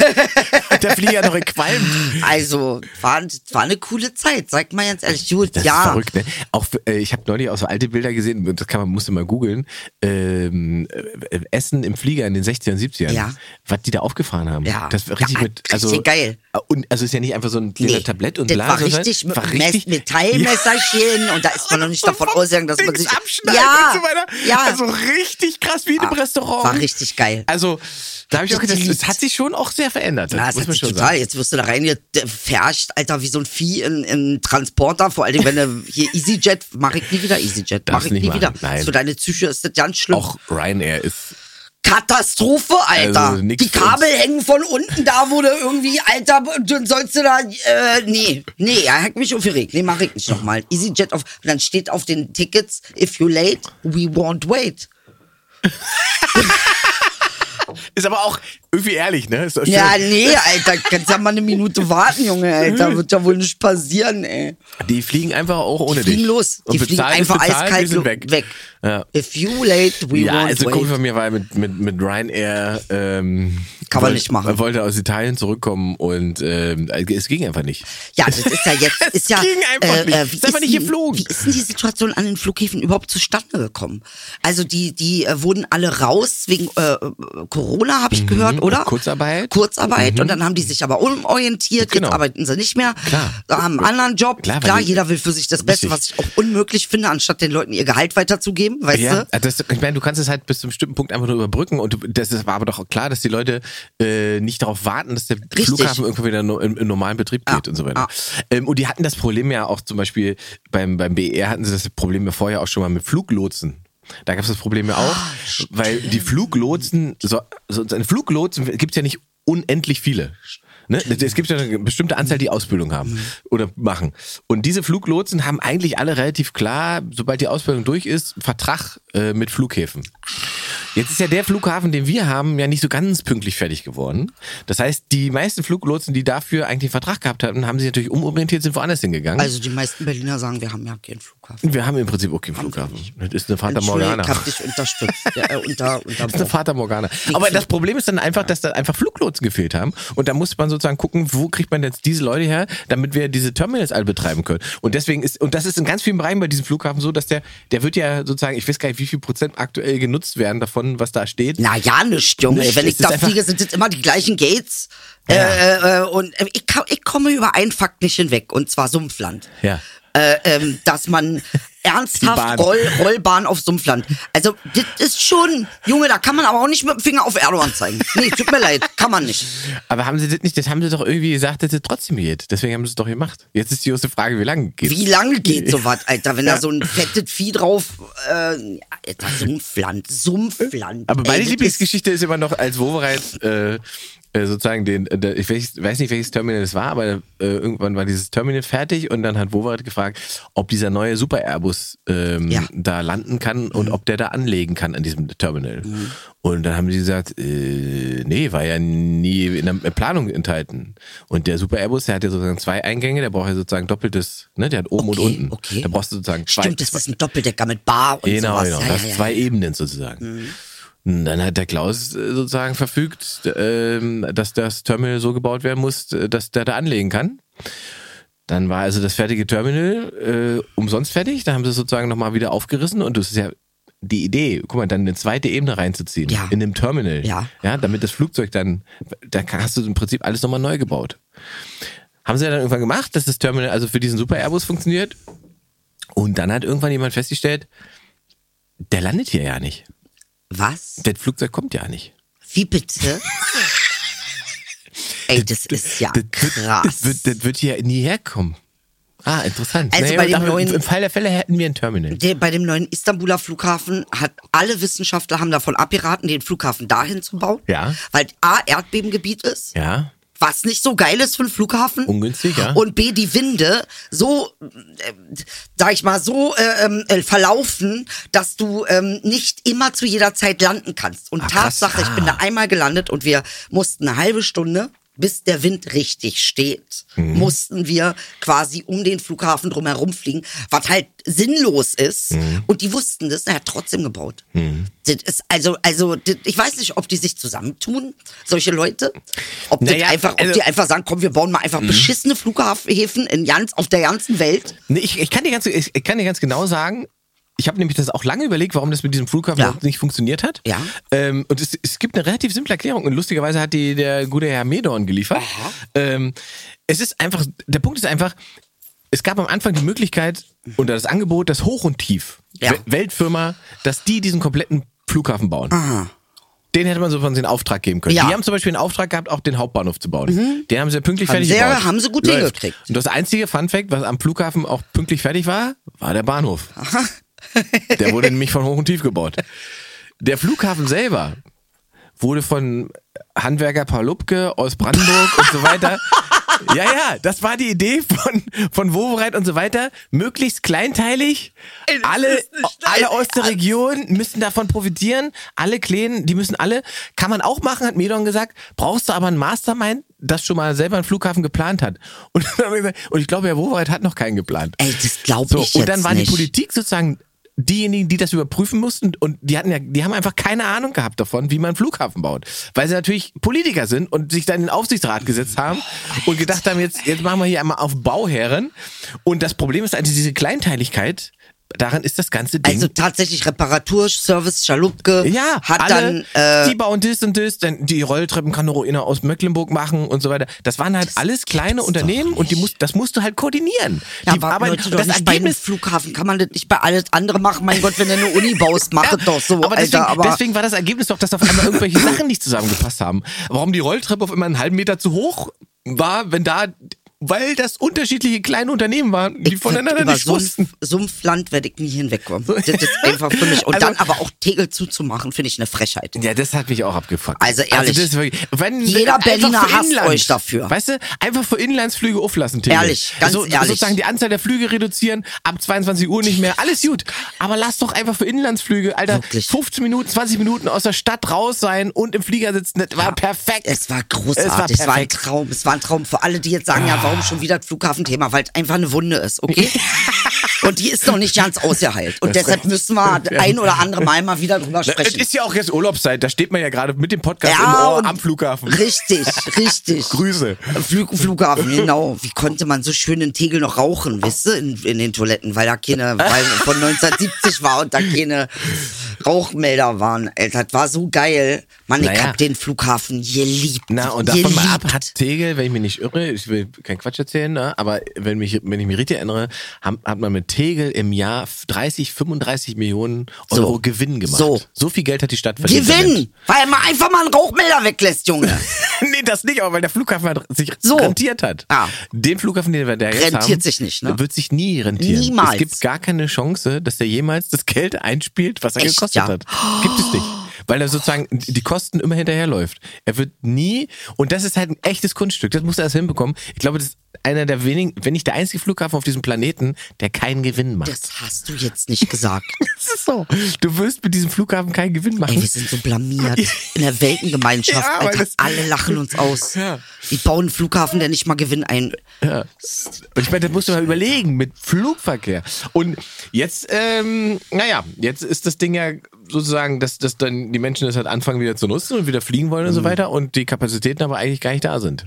Hat der Flieger noch gequalmt.
Also war, war eine coole Zeit, sag mal ganz ehrlich. Gut,
Das ist
ja.
verrückt, ne? Auch äh, ich habe neulich auch so alte Bilder gesehen, und das kann man musste mal googeln. Ähm, äh, Essen im Flieger in den 60ern, 70ern.
Ja.
Was die da aufgefahren haben.
Ja.
Das war richtig
Ja,
mit also
richtig geil.
äh, Und also ist ja nicht einfach so ein kleiner Tablett und
das
bla,
war
sondern
richtig mit
war
einem Mess- Metallmesserchen und da ist man noch nicht davon ausgegangen, dass man sich
abschneidet
ja,
und so weiter.
ja,
Also richtig krass wie in einem
Ja.
Restaurant.
War richtig geil.
Also, da habe ich auch gedacht,
Richtig.
das hat sich schon auch sehr verändert.
Na,
Das
das
muss
hat
man
sich
schon
total.
sagen.
Jetzt wirst du da reingefärscht, Alter, wie so ein Vieh in, in Transporter. Vor allem, wenn du hier EasyJet, mach ich nie wieder EasyJet. Mach
Darfst
ich
nicht
nie
machen,
wieder.
nein.
Für deine Psyche ist das ganz schlimm.
Auch Ryanair ist
Katastrophe, Alter.
Also, nix
die
für uns.
Kabel hängen von unten da, wo du irgendwie, Alter, dann sollst du da, äh, nee, nee, er hat mich aufgeregt. Nee, mach ich nicht nochmal. EasyJet auf, und dann steht auf den Tickets, if you late, we won't wait.
Ist aber auch irgendwie ehrlich, ne? Ist doch schön.
Ja, nee, Alter, kannst ja mal eine Minute warten, Junge, Alter, wird ja wohl nicht passieren, ey.
Die fliegen einfach auch ohne
Die fliegen
dich.
los.
Und
Die fliegen
bezahlen ist
einfach
bezahlt,
eiskalt
die sind
lo-
weg.
weg.
Ja.
If you late, we
Ja,
won't
also
wait.
Kumpel von mir war mit, mit, mit Ryanair. Ähm,
Kann man
wollte-
nicht machen.
Wollte aus Italien zurückkommen und ähm, es ging einfach nicht.
Ja, das ist ja jetzt, ist ja,
ging einfach
äh,
nicht.
äh, wie
Ist einfach nicht
die-
geflogen.
Wie ist denn die Situation an den Flughäfen überhaupt zustande gekommen? Also die, die äh, wurden alle raus wegen äh, Corona, habe ich gehört, oder?
Mhm. Kurzarbeit. Mhm.
Kurzarbeit und dann haben die sich aber umorientiert,
Genau.
jetzt arbeiten sie nicht mehr,
Klar.
haben einen anderen Job.
Klar,
Klar,
weil die-
jeder will für sich das Beste,
Richtig.
was ich auch unmöglich finde, anstatt den Leuten ihr Gehalt weiterzugeben, weißt
Ja, ah,
du?
das, ich meine, du kannst es halt bis zu einem bestimmten Punkt einfach nur überbrücken und du, das ist, war aber doch auch klar, dass die Leute äh, nicht darauf warten, dass der
Richtig.
Flughafen irgendwann wieder no, im, im normalen Betrieb geht und so weiter. Ähm, und die hatten das Problem ja auch zum Beispiel beim, beim BER hatten sie das Problem ja vorher auch schon mal mit Fluglotsen. Da gab es das Problem ja auch, weil die Fluglotsen, so, so eine Fluglotsen gibt es ja nicht unendlich viele. Ne? Es gibt ja eine bestimmte Anzahl, die Ausbildung haben oder machen. Und diese Fluglotsen haben eigentlich alle relativ klar, sobald die Ausbildung durch ist, einen Vertrag äh, mit Flughäfen. Jetzt ist ja der Flughafen, den wir haben, ja nicht so ganz pünktlich fertig geworden. Das heißt, die meisten Fluglotsen, die dafür eigentlich einen Vertrag gehabt hatten, haben sich natürlich umorientiert, sind woanders hingegangen.
Also die meisten Berliner sagen, wir haben ja keinen Flughafen.
wir haben im Prinzip auch keinen Flughafen. Das ist eine Fata
Entschuldigung,
Morgana.
ich hab dich unterstützt. Ja, äh, unter,
Das ist eine
unter
Fata Morgana. Aber
viel-
das Problem ist dann einfach, dass da einfach Fluglotsen gefehlt haben. Und da muss man sozusagen gucken, wo kriegt man jetzt diese Leute her, damit wir diese Terminals alle betreiben können. Und deswegen ist, und das ist in ganz vielen Bereichen bei diesem Flughafen so, dass der, der wird ja sozusagen, ich weiß gar nicht, wie viel Prozent aktuell genutzt werden davon, was da steht.
Na ja, nicht, Junge.
Nicht,
Wenn
es
ich
ist
da
einfach-
fliege, sind es immer die gleichen Gates. Äh, äh, und äh, ich, ka- ich komme über einen Fakt nicht hinweg, und zwar Sumpfland.
Ja.
Äh, ähm, dass man
Bahn.
ernsthaft Roll, Rollbahn auf Sumpfland. Also, das ist schon, Junge, da kann man aber auch nicht mit dem Finger auf Erdogan zeigen. Nee, tut mir leid, kann man nicht.
Aber haben sie das nicht, das haben sie doch irgendwie gesagt, dass das trotzdem geht. Deswegen haben sie es doch gemacht. Jetzt ist die große Frage, wie lange geht's?
Wie lange geht sowas, Alter? Wenn da so ein fettes Vieh drauf, äh, Alter, Sumpfland, Sumpfland.
Aber meine
Ey, das ist-
Lieblingsgeschichte ist immer noch, als Wovereit äh, äh, sozusagen den, äh, der- ich weiß, weiß nicht, welches Terminal es war, aber äh, irgendwann war dieses Terminal fertig und dann hat Wovereit gefragt, ob dieser neue Super Airbus ähm,
Ja. Mhm.
da landen kann und ob der da anlegen kann an diesem Terminal. Und dann haben sie gesagt, äh, nee, war ja nie in der äh, Planung enthalten. Und der Super Airbus, der hat ja sozusagen zwei Eingänge, der braucht ja sozusagen doppeltes, ne, der hat oben und
Okay,
unten.
okay.
Da brauchst du sozusagen zwei,
Stimmt, das ist ein Doppeldecker mit Bar und
Genau,
sowas.
genau.
Ja,
das
ja, Mhm. ja.
zwei Ebenen sozusagen. Und dann hat der Klaus äh, sozusagen verfügt, ähm, dass das Terminal so gebaut werden muss, äh, dass der da anlegen kann. Dann war also das fertige Terminal äh, umsonst fertig. Da haben sie es sozusagen nochmal wieder aufgerissen und das ist ja die Idee, guck mal, dann eine zweite Ebene reinzuziehen
Ja.
in dem Terminal.
Ja.
ja. Damit das Flugzeug dann, da hast du im Prinzip alles nochmal neu gebaut. Haben sie ja dann irgendwann gemacht, dass das Terminal also für diesen Super Airbus funktioniert. Und dann hat irgendwann jemand festgestellt, der landet hier ja nicht.
Was?
Das Flugzeug kommt ja nicht.
Wie bitte? Ey, das ist ja
Das wird-
krass.
Das wird, das wird hier nie herkommen. Ah, interessant.
Also
Naja,
bei dem
aber
neuen-
Im Fall der Fälle hätten wir ein Terminal.
Der, bei dem neuen Istanbuler Flughafen hat alle Wissenschaftler haben davon abgeraten, den Flughafen dahin zu bauen.
Ja.
Weil A, Erdbebengebiet ist,
Ja.
was nicht so geil ist für einen Flughafen.
Ungünstig, ja.
Und B, die Winde so, äh, sag ich mal, so äh, ähm, äh, verlaufen, dass du ähm, nicht immer zu jeder Zeit landen kannst. Und
Ah, krass.
Tatsache, ich bin da einmal gelandet und wir mussten eine halbe Stunde bis der Wind richtig steht, mussten wir quasi um den Flughafen drumherum fliegen, was halt sinnlos ist. Und die wussten das, er hat trotzdem gebaut. Das ist also, also, das, ich weiß nicht, ob die sich zusammentun, solche Leute. Ob, das
Naja,
einfach, ob
also-
die einfach sagen, komm, wir bauen mal einfach beschissene Flughafenhäfen in ganz, auf der ganzen Welt.
Nee, ich, ich, kann dir ganz, ich, ich kann dir ganz genau sagen, ich habe nämlich das auch lange überlegt, warum das mit diesem Flughafen
Ja.
überhaupt nicht funktioniert hat.
Ja.
Ähm, und es, es gibt eine relativ simple Erklärung. Und lustigerweise hat die der gute Herr Medorn geliefert. Ähm, es ist einfach, der Punkt ist einfach, es gab am Anfang die Möglichkeit oder das Angebot, dass Hoch und Tief,
Ja.
We- Weltfirma, dass die diesen kompletten Flughafen bauen. Den hätte man so von den Auftrag geben können.
Ja. Mhm.
Die haben zum Beispiel einen Auftrag gehabt, auch den Hauptbahnhof zu bauen. Den haben sie pünktlich
Haben
fertig
sie-
gebaut.
haben sie gut hingekriegt.
Und das einzige Fun Fact, was am Flughafen auch pünktlich fertig war, war der Bahnhof. Der wurde nämlich von hoch und tief gebaut. Der Flughafen selber wurde von Handwerker Palupke aus Brandenburg und so weiter. Ja, ja, das war die Idee von, von Wovoreit und so weiter. Möglichst kleinteilig. Alle, alle aus
Äh,
der Region müssen davon profitieren. Alle Kleinen, die müssen alle. Kann man auch machen, hat Medon gesagt. Brauchst du aber einen Mastermind, das schon mal selber einen Flughafen geplant hat. Und, dann haben wir gesagt, und ich glaube, Herr Wovoreit hat noch keinen geplant.
Ey, das glaube
So,
ich jetzt
und dann war
nicht.
die Politik sozusagen diejenigen, die das überprüfen mussten und die hatten ja, die haben einfach keine Ahnung gehabt davon, wie man einen Flughafen baut, weil sie natürlich Politiker sind und sich dann in den Aufsichtsrat gesetzt haben und gedacht haben, jetzt jetzt machen wir hier einmal auf Bauherren und das Problem ist also diese Kleinteiligkeit, daran ist das ganze Ding.
Also tatsächlich Reparaturservice Schalupke
ja,
hat
alle,
dann
die
äh,
bauen das und das, dann die Rolltreppen kann nur einer aus Mecklenburg machen und so weiter. Das waren halt alles kleine
doch
Unternehmen und die musst, das musst du halt koordinieren.
ja,
die
aber
arbeiten-
Leute, doch nicht bei einem Flughafen kann man das nicht bei alles andere machen. Mein Gott, wenn du eine Uni baust, mach
Ja,
es doch so,
aber deswegen,
Alter. Aber
deswegen war das Ergebnis doch, dass auf einmal irgendwelche Sachen nicht zusammengepasst haben. Warum die Rolltreppe auf einmal einen halben Meter zu hoch war, wenn da, weil das unterschiedliche kleine Unternehmen waren, die
ich
voneinander
über
nicht
Sumpf,
wussten.
Sumpfland werde ich nie hinwegkommen. Das ist einfach für mich. Und
Also-
dann aber auch Tegel zuzumachen, finde ich eine Frechheit.
Ja, das hat mich auch abgefuckt.
Also ehrlich,
das ist wirklich, wenn,
jeder
einfach
Berliner
für
hasst euch dafür.
Weißt du, einfach für Inlandsflüge auflassen, Tegel.
Ehrlich, ganz
so,
ehrlich.
Sozusagen die Anzahl der Flüge reduzieren, ab 22 Uhr nicht mehr, alles gut. Aber lass doch einfach für Inlandsflüge, Alter,
Wirklich.
15 Minuten, 20 Minuten aus der Stadt raus sein und im Flieger sitzen, das war perfekt.
Es war großartig, es war,
Es war
ein
perfekt. Ah.
Traum. Es war ein Traum für alle, die jetzt sagen, ja, warum schon wieder das Flughafenthema, weil es einfach eine Wunde ist, okay? Und die ist noch nicht ganz ausgeheilt. Und deshalb müssen wir ein oder andere Mal mal wieder drüber
Na, Es
sprechen.
ist ja auch jetzt Urlaubszeit, da steht man ja gerade mit dem Podcast
Ja,
im
und-
Ohr am Flughafen.
Richtig, richtig.
Grüße.
Flug, Flughafen, genau. Wie konnte man so schön in Tegel noch rauchen, weißt du, in, in den Toiletten, weil da keine, weil von 1970 war und da keine Rauchmelder waren. Alter, das war so geil. Mann, ich
Naja.
hab den Flughafen geliebt.
Na, und davon
geliebt.
mal ab hat Tegel, wenn ich mich nicht irre, ich will keinen Quatsch erzählen, ne? aber wenn, mich, wenn ich mich richtig erinnere, haben, hat man mit Tegel im Jahr 30, 35 Millionen Euro
So.
Gewinn gemacht.
So.
so viel Geld hat die Stadt verdient.
Gewinn! Weil man einfach mal einen Rauchmelder weglässt, Junge.
damit. nee, das nicht, aber weil der Flughafen hat- sich
So.
rentiert hat.
Ah.
Den Flughafen, den wir da jetzt
Rentiert
haben,
sich nicht, ne?
wird sich nie rentieren.
Niemals.
Es gibt gar keine Chance, dass der jemals das Geld einspielt, was er
Echt,
gekostet
ja?
hat. Gibt es nicht. Weil er sozusagen die Kosten immer hinterherläuft. Er wird nie, und das ist halt ein echtes Kunststück, das muss er erst hinbekommen. Ich glaube, das ist einer der wenigen, wenn nicht der einzige Flughafen auf diesem Planeten, der keinen Gewinn macht.
Das hast du jetzt nicht gesagt.
Das ist so. Du wirst mit diesem Flughafen keinen Gewinn machen.
Ey, wir sind so blamiert. In der Weltengemeinschaft,
Ja, aber
Alter.
das-
Alle lachen uns aus.
Ja.
Die bauen einen Flughafen, der nicht mal Gewinn ein.
Und ich meine, das musst du mal überlegen mit Flugverkehr. Und jetzt, ähm, naja, jetzt ist das Ding ja sozusagen, dass, dass dann die Menschen das halt anfangen wieder zu nutzen und wieder fliegen wollen
Mhm.
und so weiter und die Kapazitäten aber eigentlich gar nicht da sind.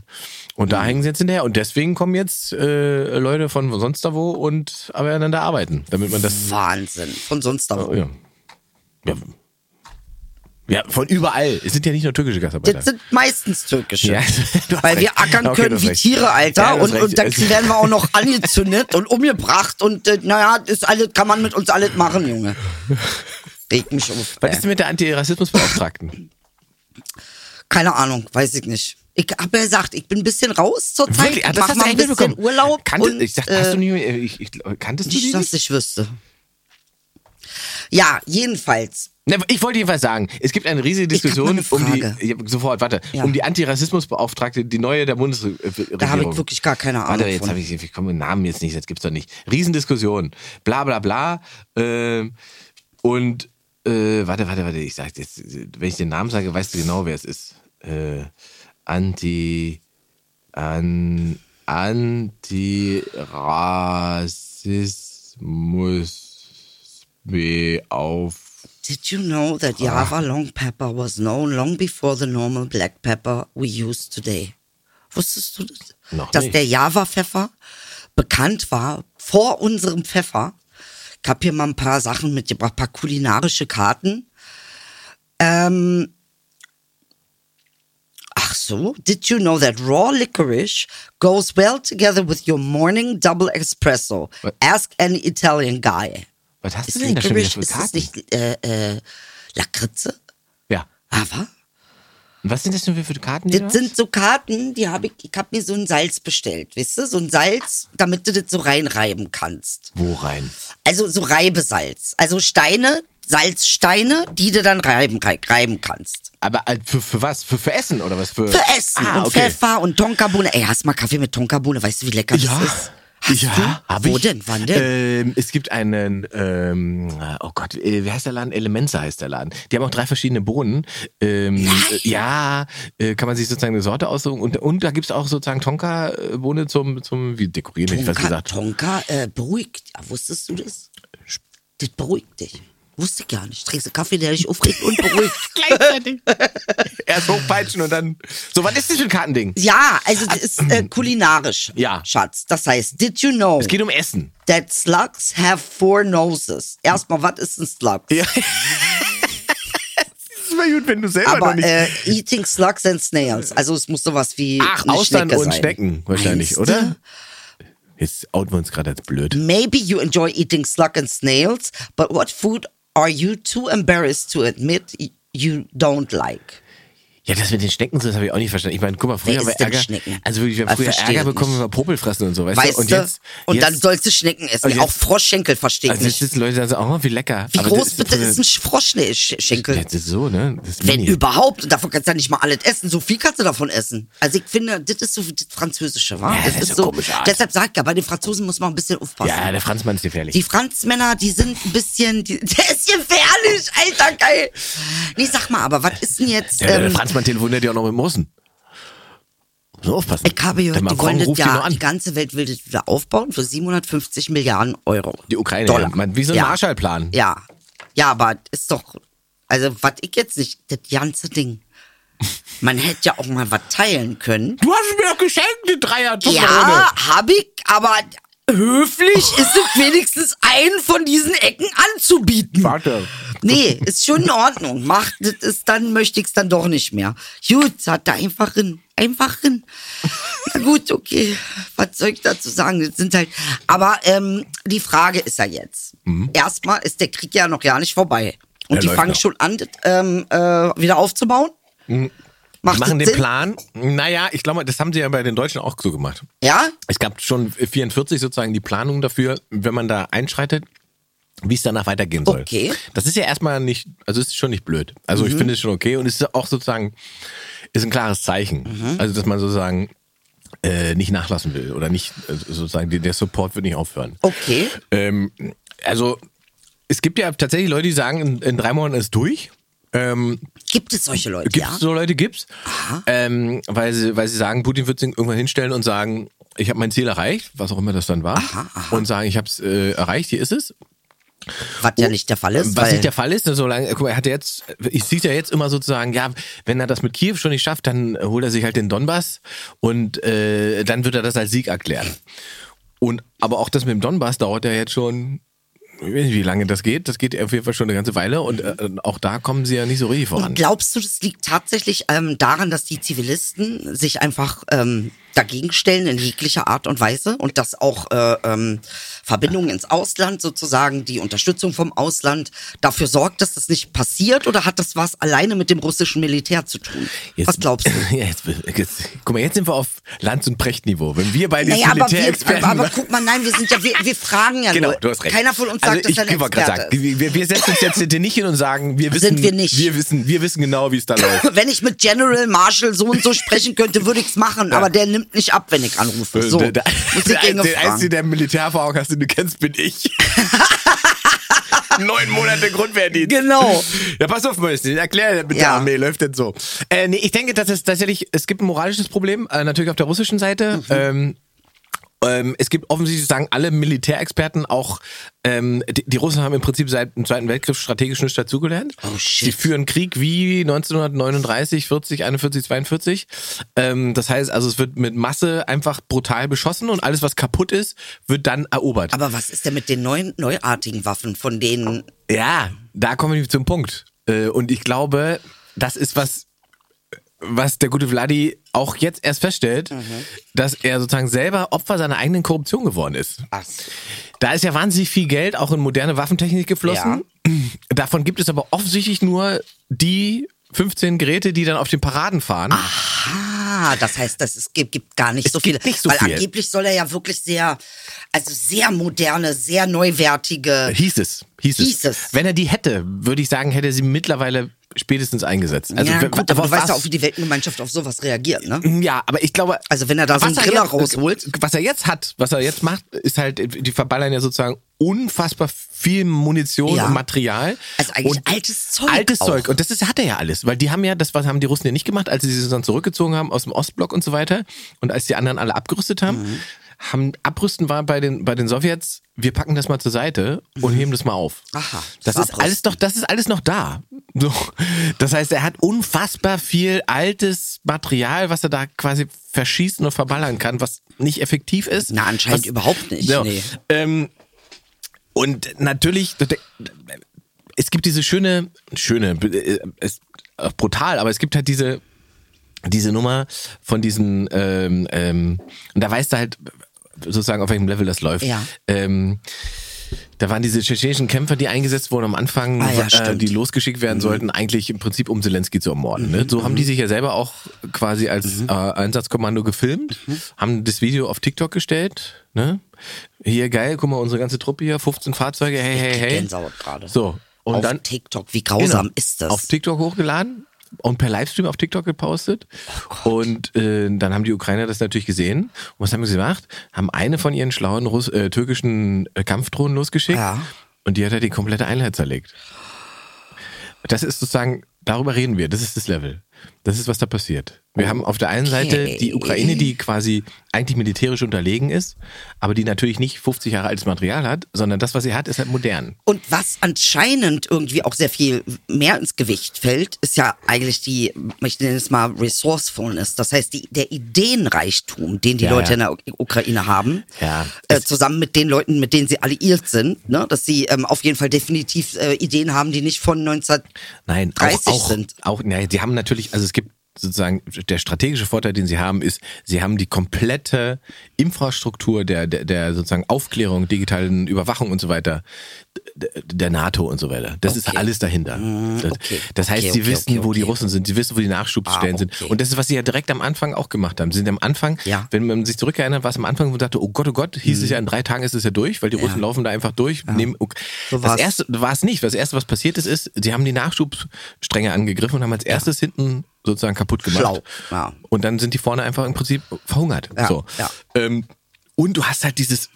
Und
Mhm.
da hängen sie jetzt hinterher. Und deswegen kommen jetzt äh, Leute von sonst da wo und aber dann da arbeiten, damit man das. Oh,
Wahnsinn. Von sonst da wo.
Ja. ja. Ja, von überall. Es sind ja nicht nur türkische Gastarbeiter.
Das sind meistens türkische.
Ja, du hast
Weil wir
recht.
ackern
Okay, du
können
hast
wie
recht.
Tiere, Alter.
Ja, du hast
und,
recht.
und dann
Es-
werden wir auch noch angezündet und umgebracht. Und äh, naja, das alles, kann man mit uns alles machen, Junge. Reg mich auf. Äh,
Was
ey.
ist denn mit der Antirassismusbeauftragten?
Keine Ahnung, weiß ich nicht. Ich habe ja gesagt, ich bin ein bisschen raus zur Zeit.
Wirklich? Ah,
ich mach mal ein
echt
bisschen
mitbekommen?
Urlaub.
Kannte,
und,
ich dachte, hast du
äh,
nie, ich, ich, kanntest du die
nicht,
nicht?
dass ich wüsste. Ja, jedenfalls.
Na, ich wollte jedenfalls sagen, es gibt eine riesige
Ich hab mal
Diskussion
eine
um die
Frage.
ja, sofort, warte,
Ja.
um die Antirassismusbeauftragte, die neue der Bundesregierung.
Da habe ich wirklich gar keine Ahnung
Warte, jetzt
von.
habe ich, ich komme den Namen jetzt nicht, das gibt's doch nicht. Riesendiskussion. Bla bla bla. Ähm, und äh, warte, warte, warte, ich sag jetzt, wenn ich den Namen sage, weißt du genau, wer es ist. Äh, Anti An, Antirassismus auf.
Did you know
Ah.
that Java long pepper was known long before the normal black pepper we use today? Wusstest du das?
Noch
dass
nicht.
der Java-Pfeffer bekannt war vor unserem Pfeffer? Ich habe hier mal ein paar Sachen mitgebracht, ein paar kulinarische Karten. Ähm, Ach so, did you know that raw licorice goes well together with your morning double espresso?
What?
Ask any Italian guy.
Was hast
Ist
du denn da schon wieder
Licorice,
für
ist das
Karten?
nicht äh, äh, Lakritze?
ja.
Aber
Und was sind das denn für Karten? die
das
du hast?
sind so Karten, die habe ich, ich habe mir so ein Salz bestellt, weißt du? So ein Salz, damit du das so reinreiben kannst.
Wo rein?
Also so Reibesalz. Also Steine, Salzsteine, die du dann reiben, rei- reiben kannst.
Aber äh, für, für was? Für, für Essen oder was? Für,
Für Essen
Ah,
und
okay.
Pfeffer und Tonkabohne. Ey, hast du mal Kaffee mit Tonkabohne? Weißt du, wie lecker
Ja.
das ist? Hast
ja,
du?
hab
Wo
ich.
denn? Wann denn?
Ähm, es gibt einen, ähm, oh Gott, äh, wie heißt der Laden? Elemenza heißt der Laden. Die haben auch drei verschiedene Bohnen. Ähm, äh, ja, äh, kann man sich sozusagen eine Sorte aussuchen. Und, und da gibt's auch sozusagen Tonka-Bohne zum, zum, wie dekorieren, hätte ich was
Tonka,
gesagt.
Tonka äh, beruhigt. Ja, wusstest du das? Das beruhigt dich. Wusste ich gar nicht. Trinkst du Kaffee, der dich aufregt und beruhigt.
Erst hochpeitschen und dann, so, was ist das für ein Kartending?
ja, also das ist äh, kulinarisch,
Ja.
Schatz. Das heißt, did you know
Es geht um Essen.
that slugs have four noses? Erstmal, was ist ein Slug?
Das ist mal gut, wenn du selber
Aber
noch nicht...
äh, eating slugs and snails. Also es muss sowas wie
Ach,
eine
Austern
Schnecke
und
sein.
Schnecken wahrscheinlich,
Meinst du?
oder? Jetzt outen wir uns gerade als blöd.
Maybe you enjoy eating slug and snails, but what food are you too embarrassed to admit y- you don't like?
Ja, das mit den Schnecken, das habe ich auch nicht verstanden. Ich meine, guck mal, früher
Wer
haben wir
isst denn
Ärger.
Schnecken?
Also wirklich, wir haben
Ah,
früher
verstehe
Ärger
das
bekommen,
nicht.
wenn wir Popel fressen und so, weißt,
Weißt
du? Und
du?
jetzt.
und
jetzt,
dann sollst du Schnecken essen.
Und
auch
jetzt-
Froschschenkel verstehe ich
Also jetzt
nicht.
sitzen Leute da so, oh, wie lecker.
Wie
Aber
groß
das ist
bitte
so-
ist ein Froschschenkel?
Jetzt ist so, ne? Das ist
Wenn
mini.
überhaupt. Und davon kannst du ja nicht mal alles essen. So viel kannst du davon essen. Also ich finde, das ist so das Französische, wa?
Ja, das ist eine komische Art.
Deshalb sag ich ja, bei den Franzosen muss man ein bisschen aufpassen.
Ja, der Franzmann ist gefährlich.
Die Franzmänner, die sind ein bisschen, die, der ist gefährlich, alter geil. Nee, sag mal, aber was ist denn jetzt?
ja, der, der
ähm,
Franzmann telefoniert ja auch noch mit dem Russen. Muss man aufpassen.
ich habe
Der
gehört, die
Macron
wollen das
ruft ihn noch
ja,
an.
die ganze Welt will das wieder aufbauen für 750 Milliarden Euro.
Die Ukraine,
Dollar.
ja. Man- wie so ein
ja.
Marshallplan.
Ja. Ja, aber ist doch, also was ich jetzt nicht, das ganze Ding. Man hätte ja auch mal was teilen können.
Du hast mir doch geschenkt, die dreier
Ja, hab ich, aber höflich ist es wenigstens einen von diesen Ecken anzubieten.
Warte.
Nee, ist schon in Ordnung. Macht das ist dann, möchte ich es dann doch nicht mehr. Gut, hat er einfach hin. Einfach hin. Na gut, okay. Was soll ich dazu sagen? Das sind halt. Aber ähm, die Frage ist ja jetzt. Erstmal ist der Krieg ja noch gar nicht vorbei. Und
Der
die
Mhm. läuft
fangen
noch. Mhm.
schon an, das, ähm, äh, wieder aufzubauen. Macht
Die machen
das
den
Sinn?
Plan. Naja, ich glaube, das haben sie ja bei den Deutschen auch so gemacht.
Ja?
Es gab schon 44 sozusagen die Planung dafür, wenn man da einschreitet, wie es danach weitergehen soll.
Okay.
Das ist ja erstmal nicht, also es ist schon nicht blöd. Also ich finde es schon okay und es ist auch sozusagen, ist ein klares Zeichen. Also dass man sozusagen äh, nicht nachlassen will oder nicht äh, sozusagen, die- der Support wird nicht aufhören.
Okay.
Ähm, also es gibt ja tatsächlich Leute, die sagen, in, in drei Monaten ist durch. Ähm,
Gibt es solche Leute,
Gibt's
ja?
so Leute, gibt's. Ähm, weil, sie, weil sie sagen, Putin wird sich irgendwann hinstellen und sagen, ich habe mein Ziel erreicht, was auch immer das dann war. Und sagen, ich habe es äh, erreicht, hier ist es.
was ja nicht der Fall ist.
Was
weil
nicht der Fall ist, ne, solange, guck mal, er hat ja jetzt, ich sehe ja jetzt immer sozusagen, ja, wenn er das mit Kiew schon nicht schafft, dann holt er sich halt den Donbass und äh, dann wird er das als Sieg erklären. Und aber auch das mit dem Donbass dauert ja jetzt schon. Ich weiß nicht, wie lange das geht. Das geht auf jeden Fall schon eine ganze Weile und äh, auch da kommen sie ja nicht so richtig voran.
Und glaubst du, das liegt tatsächlich ähm, daran, dass die Zivilisten sich einfach ähm, dagegen stellen in jeglicher Art und Weise und dass auch äh, ähm, Verbindungen ins Ausland sozusagen, die Unterstützung vom Ausland dafür sorgt, dass das nicht passiert oder hat das was alleine mit dem russischen Militär zu tun? was glaubst du?
Ja, jetzt, jetzt, guck mal, jetzt sind wir auf Lanz- und Precht-Niveau. Wenn wir beide jetzt
Naja, aber, wir,
Militärexperten
aber, aber
waren-
guck mal, nein, wir sind ja, wir, wir fragen ja
Genau,
nur.
du hast recht.
Keiner von uns sagt,
also ich,
dass er ein
ich wollte gerade
Experte
sagen, wir, wir- wir setzen uns jetzt hier nicht hin und sagen, wir wissen,
Sind wir nicht.
Wir wissen, wir wissen genau, wie es da läuft.
wenn ich mit General Marshall so und so sprechen könnte, würde ich's machen, aber der nimmt nicht ab, wenn ich anrufe. So,
Äh, der, der,
muss ich
der,
ihn
der Einzige,
fragen.
der Militärerfahrung hast, den du kennst, bin ich. Neun Monate Grundwehrdienst.
Genau.
Ja, pass auf, Mäuschen, erklär mit der
Ja.
Armee, läuft denn so? Äh, nee, ich denke, das ist tatsächlich, es gibt ein moralisches Problem, äh, natürlich auf der russischen
Mhm.
Seite. Ähm, ähm, es gibt offensichtlich, sagen alle Militärexperten auch, ähm, die, die Russen haben im Prinzip seit dem Zweiten Weltkrieg strategisch nichts dazugelernt.
Oh, shit.
Die führen Krieg wie 1939, 40, 41, 42. Ähm, das heißt, also es wird mit Masse einfach brutal beschossen und alles, was kaputt ist, wird dann erobert.
Aber was ist denn mit den neuen, neuartigen Waffen, von denen
Ja, da kommen wir zum Punkt. Äh, Und ich glaube, das ist was, was der gute Vladi auch jetzt erst feststellt, dass er sozusagen selber Opfer seiner eigenen Korruption geworden ist.
Ach,
Da ist ja wahnsinnig viel Geld auch in moderne Waffentechnik geflossen. Davon gibt es aber offensichtlich nur die 15 Geräte, die dann auf den Paraden fahren.
Ah, das heißt, das ist, gibt, gibt gar nicht so viele.
gibt nicht so
weil
viel.
angeblich soll er ja wirklich sehr, also sehr moderne, sehr neuwertige.
Hieß es, hieß es.
Hieß es.
Wenn er die hätte, würde ich sagen, hätte er sie mittlerweile spätestens eingesetzt. Also,
ja,
wenn-
gut, aber du
was-
weißt ja
Mhm.
auch, wie die Weltgemeinschaft auf sowas reagiert, ne?
Ja, aber ich glaube.
Also wenn er da so einen
was
Griller
jetzt- äh,
rausholt.
Was er jetzt hat, was er jetzt macht, ist halt, die verballern ja sozusagen unfassbar viel Munition
Ja.
und Material.
Also eigentlich
und
altes Zeug
Altes
auch.
Zeug. Und das ist, hat er ja alles. Weil die haben ja, das was haben die Russen ja nicht gemacht, als sie sich dann zurückgezogen haben aus dem Ostblock und so weiter. Und als die anderen alle abgerüstet haben,
Mhm.
haben Abrüsten war bei den, bei den Sowjets, wir packen das mal zur Seite und heben das mal auf.
Mhm. Aha,
Das,
das
ist
Abrüsten.
alles doch, das ist alles noch da. So. Das heißt, er hat unfassbar viel altes Material, was er da quasi verschießen und verballern kann, was nicht effektiv ist.
Na, anscheinend
was,
überhaupt nicht,
Ja.
nee.
Ähm, und natürlich, es gibt diese schöne, schöne, äh, es, auch brutal, aber es gibt halt diese, diese Nummer von diesen, ähm, ähm, und da weißt du halt sozusagen, auf welchem Level das läuft.
Ja.
Ähm, da waren diese tschetschenischen Kämpfer, die eingesetzt wurden am Anfang,
Ah ja,
äh,
stimmt. Mhm.
die losgeschickt werden sollten, eigentlich im Prinzip um Zelensky zu ermorden. Ne? So haben die sich ja selber auch quasi als
Mhm.
äh, Einsatzkommando gefilmt, haben das Video auf TikTok gestellt. Ne? Hier geil, guck mal, unsere ganze Truppe hier, 15 Fahrzeuge, hey, hey,
krieg
hey.
Gänsehaut gerade.
So, und
auf
dann
TikTok, wie grausam
Genau.
ist das?
Auf TikTok hochgeladen und per Livestream auf TikTok gepostet.
Oh
und äh, dann haben die Ukrainer das natürlich gesehen. Und was haben sie gemacht? Haben eine von ihren schlauen Russ äh, türkischen äh, Kampfdrohnen losgeschickt.
Ja.
Und die hat ja die komplette Einheit zerlegt. Das ist sozusagen, darüber reden wir. Das ist das Level. Das ist, was da passiert. Wir haben auf der einen Seite die Ukraine, die quasi eigentlich militärisch unterlegen ist, aber die natürlich nicht 50 Jahre altes Material hat, sondern das, was sie hat, ist halt modern.
Und was anscheinend irgendwie auch sehr viel mehr ins Gewicht fällt, ist ja eigentlich die, ich nenne es mal Resourcefulness. Das heißt, die, der Ideenreichtum, den die
Ja,
Leute
ja.
in der Uk- Ukraine haben,
Ja.
äh, zusammen mit den Leuten, mit denen sie alliiert sind, ne? dass sie ähm, auf jeden Fall definitiv äh, Ideen haben, die nicht von 19...
Nein,
30
auch, auch,
sind.
Auch, nein, sie haben natürlich, also es gibt sozusagen, der strategische Vorteil, den sie haben, ist, sie haben die komplette Infrastruktur der, der, der sozusagen Aufklärung, digitalen Überwachung und so weiter, d- der NATO und so weiter. Das ist
Okay. Mm,
alles dahinter. Das-
okay.
Das heißt,
Okay,
sie
okay,
wissen,
okay,
wo die
okay.
Russen sind, sie wissen, wo die Nachschubstellen
Ah,
sind.
okay.
Und das ist, was sie ja direkt am Anfang auch gemacht haben. Sie sind am Anfang,
Ja. Mhm.
wenn man sich zurückerinnert, war es am Anfang, wo man dachte, oh Gott, oh Gott, hieß es ja, in drei Tagen ist es ja durch, weil die Russen laufen da einfach durch. Nehmen,
So
das
war's.
erste war es nicht. Das erste, was passiert ist, ist, sie haben die Nachschubstränge angegriffen und haben als erstes hinten sozusagen kaputt gemacht.
Schlau, ja.
Und dann sind die vorne einfach im Prinzip verhungert.
Ja,
so.
ja.
Ähm, und du hast halt dieses,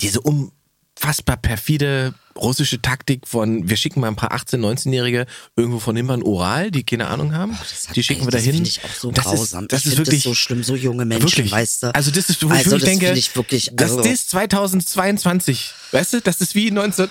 diese unfassbar perfide russische Taktik von, wir schicken mal ein paar 18-, 19-Jährige irgendwo von hinten an Oral, die keine Ahnung haben.
Oh, Das hat-
die schicken
ey,
wir dahin.
Das finde ich auch so
Und das
grausam.
Ist, das
ich
ist
finde
wirklich
das so schlimm, so junge Menschen,
wirklich.
weißt du.
Also das ist, wo ich
also,
wirklich
das
denke,
finde ich wirklich,
das
also,
ist 2022, weißt du, das ist wie 19...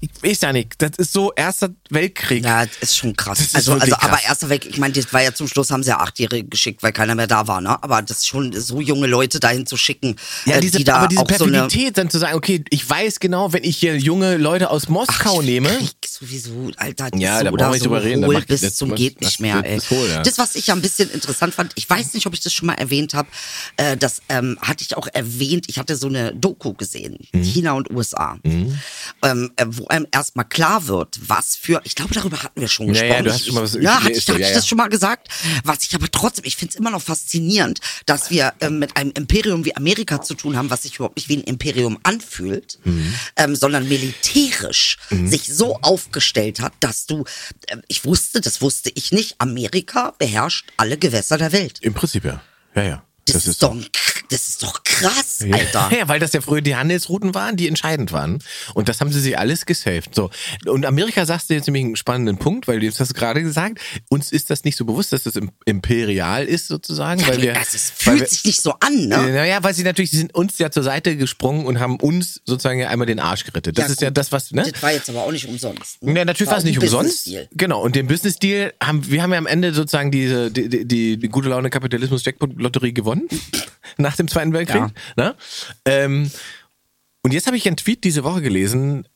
Ich weiß ja nicht, das ist so Erster Weltkrieg.
Ja, das ist schon krass.
Das ist
also,
wirklich
also aber
krass.
erster Weg, ich meine, das war ja zum Schluss, haben sie ja Achtjährige geschickt, weil keiner mehr da war, ne? Aber das ist schon so junge Leute dahin zu schicken,
Ja,
äh,
diese,
die da
aber diese
auch so eine.
Perfidität, dann zu sagen, okay, ich weiß genau, wenn ich hier junge Leute aus Moskau
ich
nehme.
Krieg sowieso, Alter, die
Ja,
ist so
da brauchen wir
oder
nicht
so
drüber reden, da
hohl
macht-
bis
das-
zum
das-
geht
das-
nicht mehr,
das-
ey.
das hohl, ja.
Das, was ich ja ein bisschen interessant fand, ich weiß nicht, ob ich das schon mal erwähnt habe, äh, das ähm, hatte ich auch erwähnt, ich hatte so eine Doku gesehen,
Mhm.
China und USA, ähm, äh, wo einem erstmal klar wird, was für, ich glaube, darüber hatten wir schon
Ja, ja,
gesprochen.
du hast schon mal was-
ja, hatte
nee,
ich,
ist so,
hatte
ja,
ich
ja.
das schon mal gesagt, was ich aber trotzdem, ich finde es immer noch faszinierend, dass wir ähm, mit einem Imperium wie Amerika zu tun haben, was sich überhaupt nicht wie ein Imperium anfühlt, ähm, sondern militärisch sich so aufgestellt hat, dass du, ähm, ich wusste, das wusste ich nicht, Amerika beherrscht alle Gewässer der Welt.
Im Prinzip ja. Ja, ja.
Das, ist doch ein k- Das ist doch krass, Alter.
Ja, weil das ja früher die Handelsrouten waren, die entscheidend waren. Und das haben sie sich alles gesaved. So. Und Amerika sagst du jetzt nämlich einen spannenden Punkt, weil du jetzt hast du gerade gesagt, uns ist das nicht so bewusst, dass das im- imperial ist sozusagen. weil wir,
das ist,
weil
also fühlt
wir-
sich nicht so an,
äh,
ne?
Naja, weil sie natürlich, sie sind uns ja zur Seite gesprungen und haben uns sozusagen ja einmal den Arsch gerettet. Das
Ja,
ist ja
gut.
das, was, ne?
Das war jetzt aber auch nicht umsonst. ne?
Ja, natürlich war es
ein
nicht umsonst.
Business-Deal.
Genau, und den Business-Deal haben wir haben ja am Ende sozusagen diese, die, die, die, die gute Laune Kapitalismus-Jackpot-Lotterie gewonnen. nach dem Zweiten Weltkrieg. Ne? Ähm, und jetzt habe ich einen Tweet diese Woche gelesen,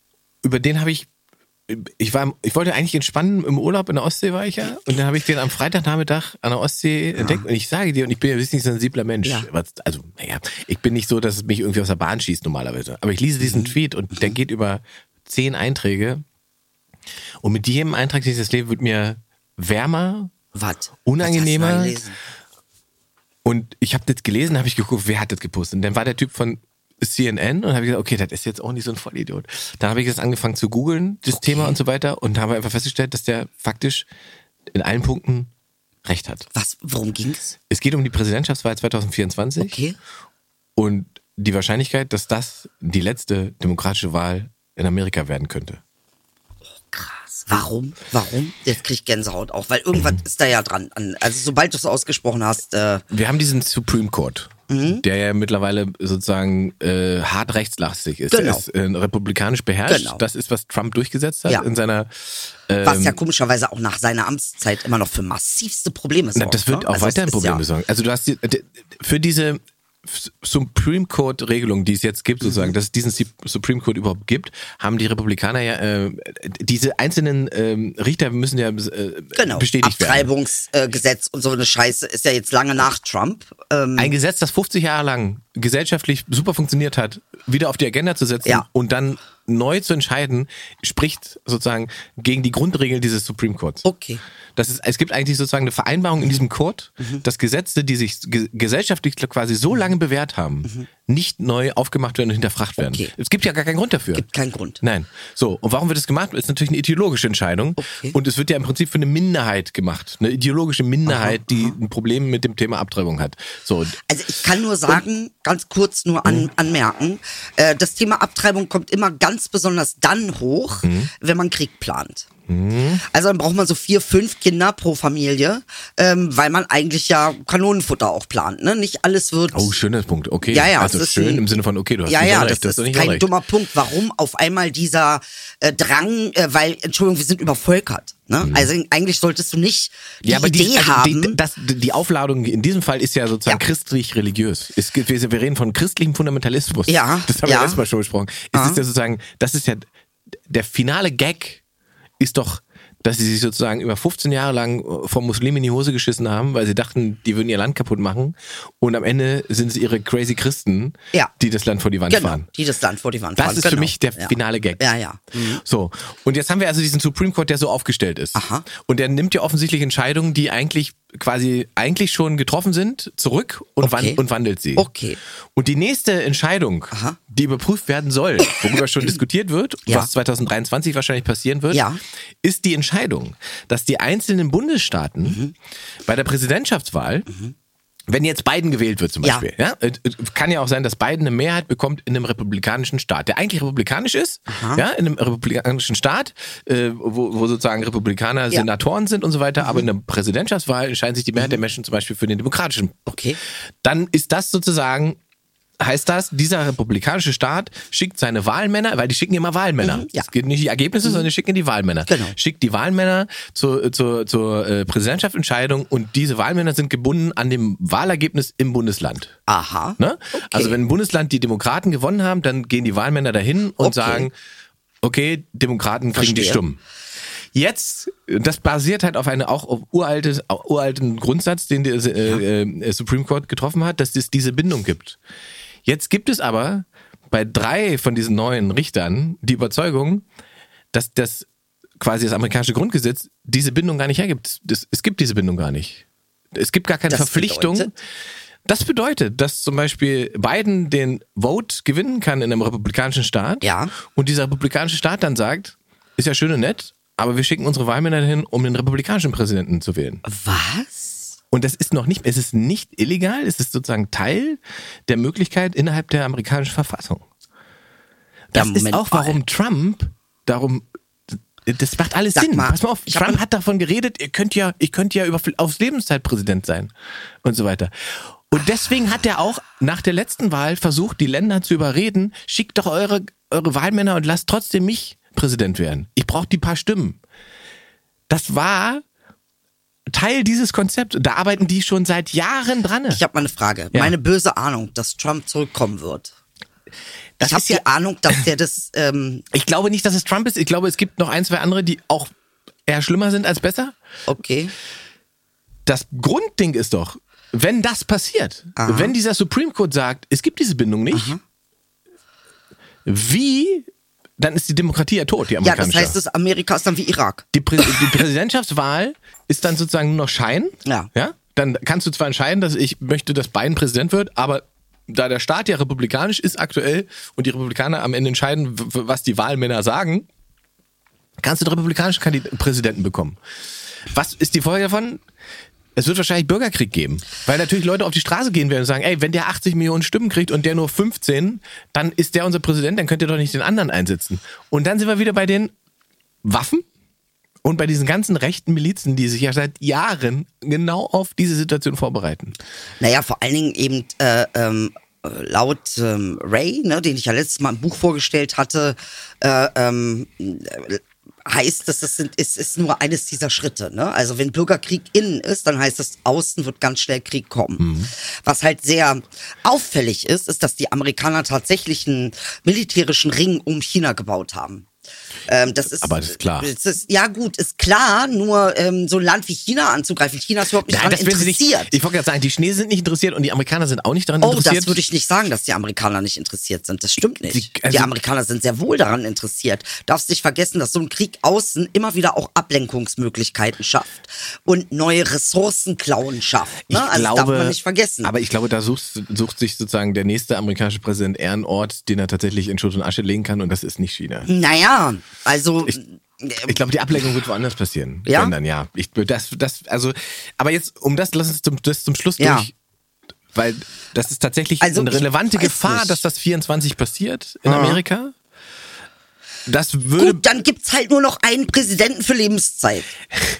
über den habe ich. Ich, war, im- ich wollte eigentlich entspannen im Urlaub in der Ostsee war ich ja und dann habe ich den am Freitagnachmittag an der Ostsee entdeckt und ich sage dir und ich bin ja wissentlich ein sensibler Mensch
Ja.
was- also naja ich bin nicht so dass es mich irgendwie aus der Bahn schießt normalerweise aber ich lese diesen Tweet und der geht über zehn Einträge und mit jedem Eintrag, den ich das lebe, wird mir wärmer.
Was?
Unangenehmer.
Was hast du gelesen?
Und ich habe das gelesen, habe ich geguckt, wer hat das gepostet? Und dann war der Typ von CNN und habe ich gesagt, okay, das ist jetzt auch nicht so ein Vollidiot. Dann habe ich das angefangen zu googeln, das Thema und so weiter und habe einfach festgestellt, dass der faktisch in allen Punkten recht hat.
Was? Worum ging's?
Es geht um die Präsidentschaftswahl 2024
Okay.
und die Wahrscheinlichkeit, dass das die letzte demokratische Wahl in Amerika werden könnte.
Krass. Warum? Warum? Jetzt krieg ich Gänsehaut auch, weil irgendwas
Mhm.
ist da ja dran. an- Also sobald du es ausgesprochen hast, äh,
Wir haben diesen Supreme Court, der ja mittlerweile sozusagen äh, hart rechtslastig ist.
Genau.
Er ist äh, republikanisch beherrscht.
Genau.
Das ist, was Trump durchgesetzt hat
Ja.
in seiner.
was
Ähm.
ja komischerweise auch nach seiner Amtszeit immer noch für massivste Probleme
Na,
sorgt.
das wird
ne?
auch
Also es
weiterhin
ist
Probleme
ja,
sorgen. Also du hast die, d- für diese S- Supreme Court Regelung, die es jetzt
Mhm.
gibt, sozusagen, dass es diesen Si- Supreme Court überhaupt gibt, haben die Republikaner ja äh, diese einzelnen ähm, Richter müssen ja äh,
Genau.
bestätigt werden.
Abtreibungsgesetz und so eine Scheiße ist ja jetzt lange nach Trump. Ähm,
ein Gesetz, das 50 Jahre lang gesellschaftlich super funktioniert hat, wieder auf die Agenda zu setzen
Ja.
und dann neu zu entscheiden, spricht sozusagen gegen die Grundregeln dieses Supreme Courts.
okay.
Das ist, es gibt eigentlich sozusagen eine Vereinbarung in diesem Court,
Mhm.
dass Gesetze, die sich ge gesellschaftlich quasi so lange bewährt haben, nicht neu aufgemacht werden und hinterfragt werden.
Mhm. Okay.
Es gibt ja gar keinen Grund dafür.
Gibt keinen Grund.
Nein. So, und warum wird das gemacht? Ist natürlich eine ideologische Entscheidung.
Okay.
Und es wird ja im Prinzip für eine Minderheit gemacht. Eine ideologische Minderheit, die ein Problem mit dem Thema Abtreibung hat. So,
Also ich kann nur sagen, ganz kurz nur
Mhm.
an, anmerken, äh, das Thema Abtreibung kommt immer ganz besonders dann hoch,
Mhm.
wenn man Krieg plant. Also dann braucht man so vier, fünf Kinder pro Familie, ähm, weil man eigentlich ja Kanonenfutter auch plant. Ne? Nicht alles wird.
Oh, schöner Punkt. Okay.
Ja, ja,
also
es ist
schön
ein-
im Sinne von, okay, du hast
ja,
nicht
ja, das
unrecht, du hast
ist
doch nicht
kein
unrecht.
dummer Punkt, warum auf einmal dieser äh, Drang, äh, weil, Entschuldigung, wir sind übervölkert. Ne? Also eigentlich solltest du nicht die
Mhm. ja, aber
Idee
die, also
haben.
Die, das, die Aufladung in diesem Fall ist ja sozusagen
Ja.
christlich-religiös. Es gibt- Wir, wir reden von christlichem Fundamentalismus.
Ja,
Das haben wir
ja.
letztes Mal schon besprochen. Es ist ja sozusagen, das ist ja, der finale Gag ist doch, dass sie sich sozusagen über 15 Jahre lang vom Muslimen in die Hose geschissen haben, weil sie dachten, die würden ihr Land kaputt machen. Und am Ende sind es ihre crazy Christen,
Ja.
die das Land vor die Wand
genau,
fahren.
die das dann vor die Wand
Das
fahren.
ist für
genau.
mich der
ja.
finale Gag.
Ja, ja. Mhm.
So, und jetzt haben wir also diesen Supreme Court, der so aufgestellt ist.
Aha.
Und der nimmt ja offensichtlich Entscheidungen, die eigentlich quasi eigentlich schon getroffen sind, zurück und,
Okay.
wan und wandelt sie.
Okay.
Und die nächste Entscheidung,
Aha.
die überprüft werden soll, worüber schon diskutiert wird,
Ja.
was 2023 wahrscheinlich passieren wird,
Ja.
ist die Entscheidung, dass die einzelnen Bundesstaaten
Mhm.
bei der Präsidentschaftswahl wenn jetzt Biden gewählt wird zum
Ja.
Beispiel, ja. äh, äh, kann ja auch sein, dass Biden eine Mehrheit bekommt in einem republikanischen Staat, der eigentlich republikanisch ist, ja, in einem republikanischen Staat, äh, wo, wo sozusagen Republikaner Senatoren sind und so
Mhm.
weiter, aber in der Präsidentschaftswahl entscheiden sich die Mehrheit der Menschen zum Beispiel für den demokratischen.
Okay.
Dann ist das sozusagen heißt das, dieser republikanische Staat schickt seine Wahlmänner, weil die schicken immer Wahlmänner.
Mhm, ja.
Es geht nicht die Ergebnisse, sondern die schicken die Wahlmänner.
Genau.
Schickt die Wahlmänner zur, zur, zur äh, Präsidentschaftsentscheidung und diese Wahlmänner sind gebunden an dem Wahlergebnis im Bundesland.
Aha.
Ne? Also wenn im Bundesland die Demokraten gewonnen haben, dann gehen die Wahlmänner dahin und
Okay.
sagen, okay, Demokraten kriegen die
Verstehe.
Stimmen. Jetzt, das basiert halt auf einem auch auf uraltes, uralten Grundsatz, den der äh, äh, Supreme Court getroffen hat, dass es diese Bindung gibt. Jetzt gibt es aber bei drei von diesen neuen Richtern die Überzeugung, dass das quasi das amerikanische Grundgesetz diese Bindung gar nicht hergibt. Das, es gibt diese Bindung gar nicht. Es gibt gar keine
Das
Verpflichtung.
bedeutet?
Das bedeutet, dass zum Beispiel Biden den Vote gewinnen kann in einem republikanischen Staat.
Ja.
Und dieser republikanische Staat dann sagt, ist ja schön und nett, aber wir schicken unsere Wahlmänner hin, um den republikanischen Präsidenten zu wählen.
Was?
Und das ist noch nicht, es ist nicht illegal, es ist sozusagen Teil der Möglichkeit innerhalb der amerikanischen Verfassung. Das
Ja,
ist
Moment
auch, warum Trump darum. Das macht alles
Sag
Sinn.
mal,
Pass mal auf.
ich hab
Trump
mal-
hat davon geredet, ihr könnt ja, ich könnte ja über, aufs Lebenszeit Präsident sein und so weiter. Und deswegen hat er auch nach der letzten Wahl versucht, die Länder zu überreden, schickt doch eure, eure Wahlmänner und lasst trotzdem mich Präsident werden. Ich brauche die paar Stimmen. Das war Teil dieses Konzepts. Da arbeiten die schon seit Jahren dran.
Ich habe mal eine Frage.
Ja.
Meine böse Ahnung, dass Trump zurückkommen wird. ich habe
ist
die
ja-
Ahnung, dass der das. Ähm,
Ich glaube nicht, dass es Trump ist. Ich glaube, es gibt noch ein, zwei andere, die auch eher schlimmer sind als besser.
okay.
Das Grundding ist doch, wenn das passiert, wenn dieser Supreme Court sagt, es gibt diese Bindung nicht, wie, dann ist die Demokratie ja tot, die
Ja, das
amerikanische.
heißt, das Amerika ist dann wie Irak.
die, Prä die Präsidentschaftswahl ist dann sozusagen nur noch Schein.
Ja.
ja. Dann kannst du zwar entscheiden, dass ich möchte, dass Biden Präsident wird, aber da der Staat ja republikanisch ist aktuell und die Republikaner am Ende entscheiden, w- w- was die Wahlmänner sagen, kannst du den republikanischen Kandid Präsidenten bekommen. Was ist die Folge davon? Es wird wahrscheinlich Bürgerkrieg geben, weil natürlich Leute auf die Straße gehen werden und sagen, ey, wenn der 80 Millionen Stimmen kriegt und der nur 15, dann ist der unser Präsident, dann könnt ihr doch nicht den anderen einsetzen. Und dann sind wir wieder bei den Waffen und bei diesen ganzen rechten Milizen, die sich ja seit Jahren genau auf diese Situation vorbereiten.
Naja, vor allen Dingen eben äh, ähm, laut ähm, Ray, ne, den ich ja letztes Mal im Buch vorgestellt hatte, äh, ähm, äh, heißt das, das sind, es ist nur eines dieser Schritte. Ne? Also wenn Bürgerkrieg innen ist, dann heißt es, außen wird ganz schnell Krieg kommen.
Mhm.
Was halt sehr auffällig ist, ist, dass die Amerikaner tatsächlich einen militärischen Ring um China gebaut haben. Ähm, das ist,
Aber das ist klar.
Es ist, ja gut, ist klar, nur ähm, so ein Land wie China anzugreifen. China ist überhaupt nicht daran
werden sie
interessiert.
nicht, ich wollte gerade sagen, die Chinesen sind nicht interessiert und die Amerikaner sind auch nicht daran
Oh,
interessiert.
das würde ich nicht sagen, dass die Amerikaner nicht interessiert sind. Das stimmt nicht.
Die- also-
die Amerikaner sind sehr wohl daran interessiert. Darfst nicht vergessen, dass so ein Krieg außen immer wieder auch Ablenkungsmöglichkeiten schafft und neue Ressourcenklauen schafft. Ne? also das darf man nicht vergessen.
Aber ich glaube, da sucht, sucht sich sozusagen der nächste amerikanische Präsident eher einen Ort, den er tatsächlich in Schutt und Asche legen kann und das ist nicht China.
naja, also
Ich glaube, die Ablenkung wird woanders passieren.
Ja?
Wenn dann, ja. Ich, das, das, also, aber jetzt, um das, lass uns zum, das zum Schluss
Ja.
durch. Weil das ist tatsächlich
Also,
eine
ich
relevante
weiß
Gefahr,
nicht. Ah.
dass das 24 passiert in Amerika. Das würde.
gut, dann gibt's halt nur noch einen Präsidenten für Lebenszeit.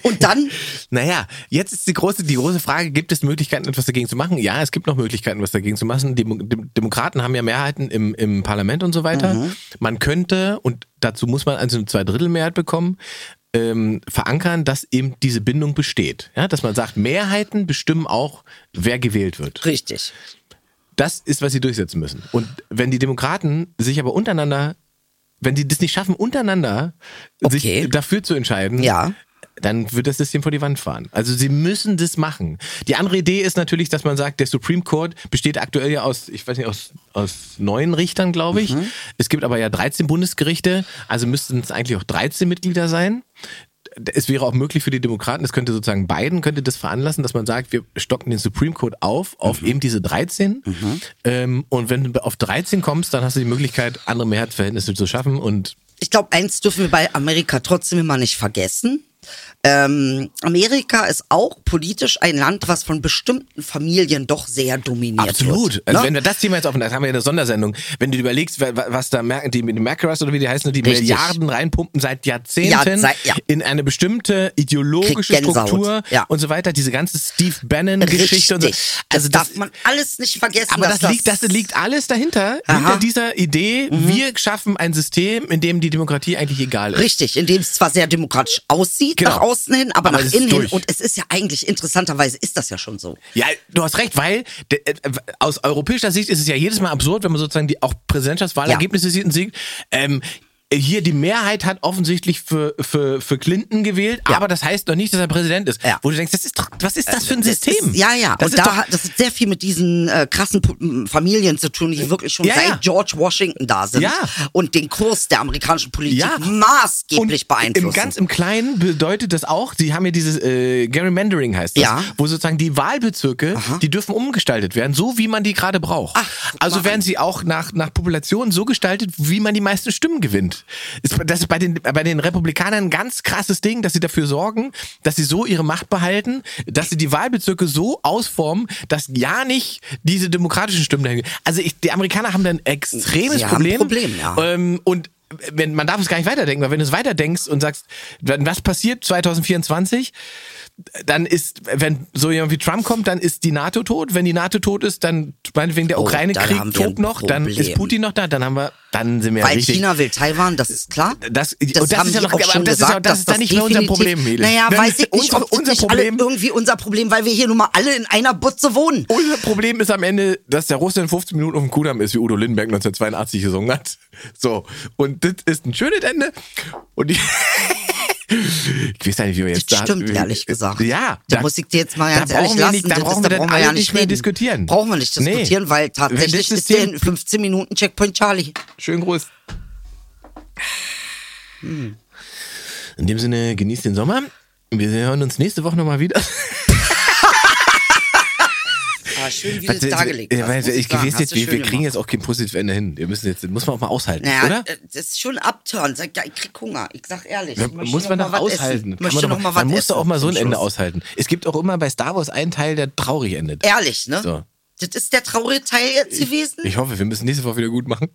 Und dann
Naja, jetzt ist die große, die große Frage, gibt es Möglichkeiten, etwas dagegen zu machen? Ja, es gibt noch Möglichkeiten, was dagegen zu machen. Demo Dem Demokraten haben ja Mehrheiten im, im Parlament und so weiter. Man könnte, und dazu muss man also eine Zweidrittelmehrheit bekommen, ähm, verankern, dass eben diese Bindung besteht. Ja, dass man sagt, Mehrheiten bestimmen auch, wer gewählt wird.
richtig.
Das ist, was sie durchsetzen müssen. Und wenn die Demokraten sich aber untereinander, wenn sie das nicht schaffen, untereinander
Okay.
sich dafür zu entscheiden,
Ja.
dann wird das System vor die Wand fahren. Also sie müssen das machen. Die andere Idee ist natürlich, dass man sagt, der Supreme Court besteht aktuell ja aus, ich weiß nicht, aus, aus neun Richtern, glaube ich. Es gibt aber ja 13 Bundesgerichte, also müssten es eigentlich auch 13 Mitglieder sein es wäre auch möglich für die Demokraten, es könnte sozusagen Biden könnte das veranlassen, dass man sagt, wir stocken den Supreme Court auf, auf eben diese 13. Ähm, und wenn du auf 13 kommst, dann hast du die Möglichkeit, andere Mehrheitsverhältnisse zu schaffen und
ich glaube, eins dürfen wir bei Amerika trotzdem immer nicht vergessen. Ähm, Amerika ist auch politisch ein Land, was von bestimmten Familien doch sehr dominiert
Absolut.
wird.
Also
ne?
wenn wir das Thema jetzt offen, das haben wir in der Sondersendung. Wenn du dir überlegst, wa- wa- was da merken die, die Macaras oder wie die heißen, die
Richtig.
Milliarden reinpumpen seit Jahrzehnten
Ja, sei- ja.
in eine bestimmte ideologische
Krieg Gänsehaut.
Struktur
Ja.
und so weiter, diese ganze Steve Bannon-Geschichte und so.
Richtig. Also das darf man alles nicht vergessen.
Aber
dass
das, liegt, das liegt alles dahinter,
Aha. Mhm.
hinter dieser Idee, wir schaffen ein System, in dem die Demokratie eigentlich egal ist.
Richtig, in dem es zwar sehr demokratisch aussieht
Genau.
nach außen hin, aber,
Aber es
nach
ist
innen hin.
durch.
Und es ist ja eigentlich interessanterweise ist das ja schon so.
Ja, du hast recht, weil de, äh, aus europäischer Sicht ist es ja jedes Mal absurd, wenn man sozusagen die auch Präsidentschaftswahlergebnisse sieht und sieht, ähm, hier die Mehrheit hat offensichtlich für, für, für Clinton gewählt, aber das heißt noch nicht, dass er Präsident ist.
Ja. Äh,
Wo du denkst, das ist doch, was ist das für ein System?
Das ist, ja, ja.
Das
und
ist
da
doch,
hat das hat sehr viel mit diesen äh, krassen Pu- m, Familien zu tun, die wirklich schon
Äh, Ja,
seit
ja.
George Washington da sind
Ja.
und den Kurs der amerikanischen Politik
Ja.
maßgeblich
Und
beeinflussen.
Im ganz im Kleinen bedeutet das auch, sie haben ja dieses äh, Gerrymandering heißt das,
Ja.
wo sozusagen die Wahlbezirke, die dürfen umgestaltet werden, so wie man die gerade braucht.
Ach, guck
also
mal
werden
an.
sie auch nach, nach Population so gestaltet, wie man die meisten Stimmen gewinnt. Stimmt. Ist, das ist bei den, bei den Republikanern ein ganz krasses Ding, dass sie dafür sorgen, dass sie so ihre Macht behalten, dass sie die Wahlbezirke so ausformen, dass ja nicht diese demokratischen Stimmen dahin. Also ich, die Amerikaner haben da ein extremes
Sie haben
Problem.
ein Problem, ja.
ähm, und wenn, man darf es gar nicht weiterdenken, weil wenn du es weiterdenkst und sagst, wenn was passiert 2024, dann ist, wenn so jemand wie Trump kommt, dann ist die NATO tot. Wenn die NATO tot ist, dann meinetwegen der
Oh, dann
Ukraine-Krieg
haben wir
tobt
ein
noch, dann ist
Problem.
Putin noch da, dann haben wir, dann sind wir
Weil
richtig. Äh,
China will Taiwan, das ist klar.
Das- und das ist ja
die
noch- aber das ist ja- das
dass
ist dann nicht mehr unser
definitiv-
Problem, Mädel.
Naja,
Dann
weiß
ist
ich nicht,
unser-
ob das
unser
nicht
Problem-
alle irgendwie unser Problem, weil wir hier nun mal alle in einer Butze wohnen.
Unser Problem ist am Ende, dass der Russe in 15 Minuten auf dem Kudamm ist, wie Udo Lindenberg 1982 gesungen hat. So. Und das ist ein schönes Ende. Und die Ich weiß ja nicht, wie wir jetzt
Das
da-
stimmt,
wie-
ehrlich gesagt.
Ja.
Da muss ich dir jetzt mal ganz
da
ehrlich
brauchen wir
lassen,
Nicht, da
das-
brauchen wir
da
dann
brauchen wir
alle
ja
nicht
nicht
mehr
reden.
diskutieren.
Brauchen wir nicht
Nee.
diskutieren, weil
Wenn das
tatsächlich ist der
System-
in 15 Minuten Checkpoint Charlie.
Schönen Gruß.
Hm.
In dem Sinne, genießt den Sommer. Wir hören uns nächste Woche nochmal wieder.
Ah, schön, wie
Also,
du es dargelegt
äh,
hast.
weil
muss
Ich
sagen.
weiß
Hast
jetzt,
du
wir,
schön
wir kriegen
gemacht.
jetzt auch kein positives Ende hin. Wir müssen jetzt, muss man auch mal aushalten,
Naja,
oder?
äh, das ist schon abturn. Sag, ja, ich krieg Hunger. Ich sag ehrlich. Ich möchte
muss man
noch
doch
mal was
aushalten.
Essen.
Kann man
Möchte
doch
noch
mal-
mal was
man muss doch auch mal so ein
essen zum
Ende
Schluss.
aushalten. Es gibt auch immer bei Star Wars einen Teil, der traurig endet.
Ehrlich, ne?
So.
Das ist der traurige Teil jetzt gewesen.
Ich hoffe, wir müssen nächste Woche wieder gut machen.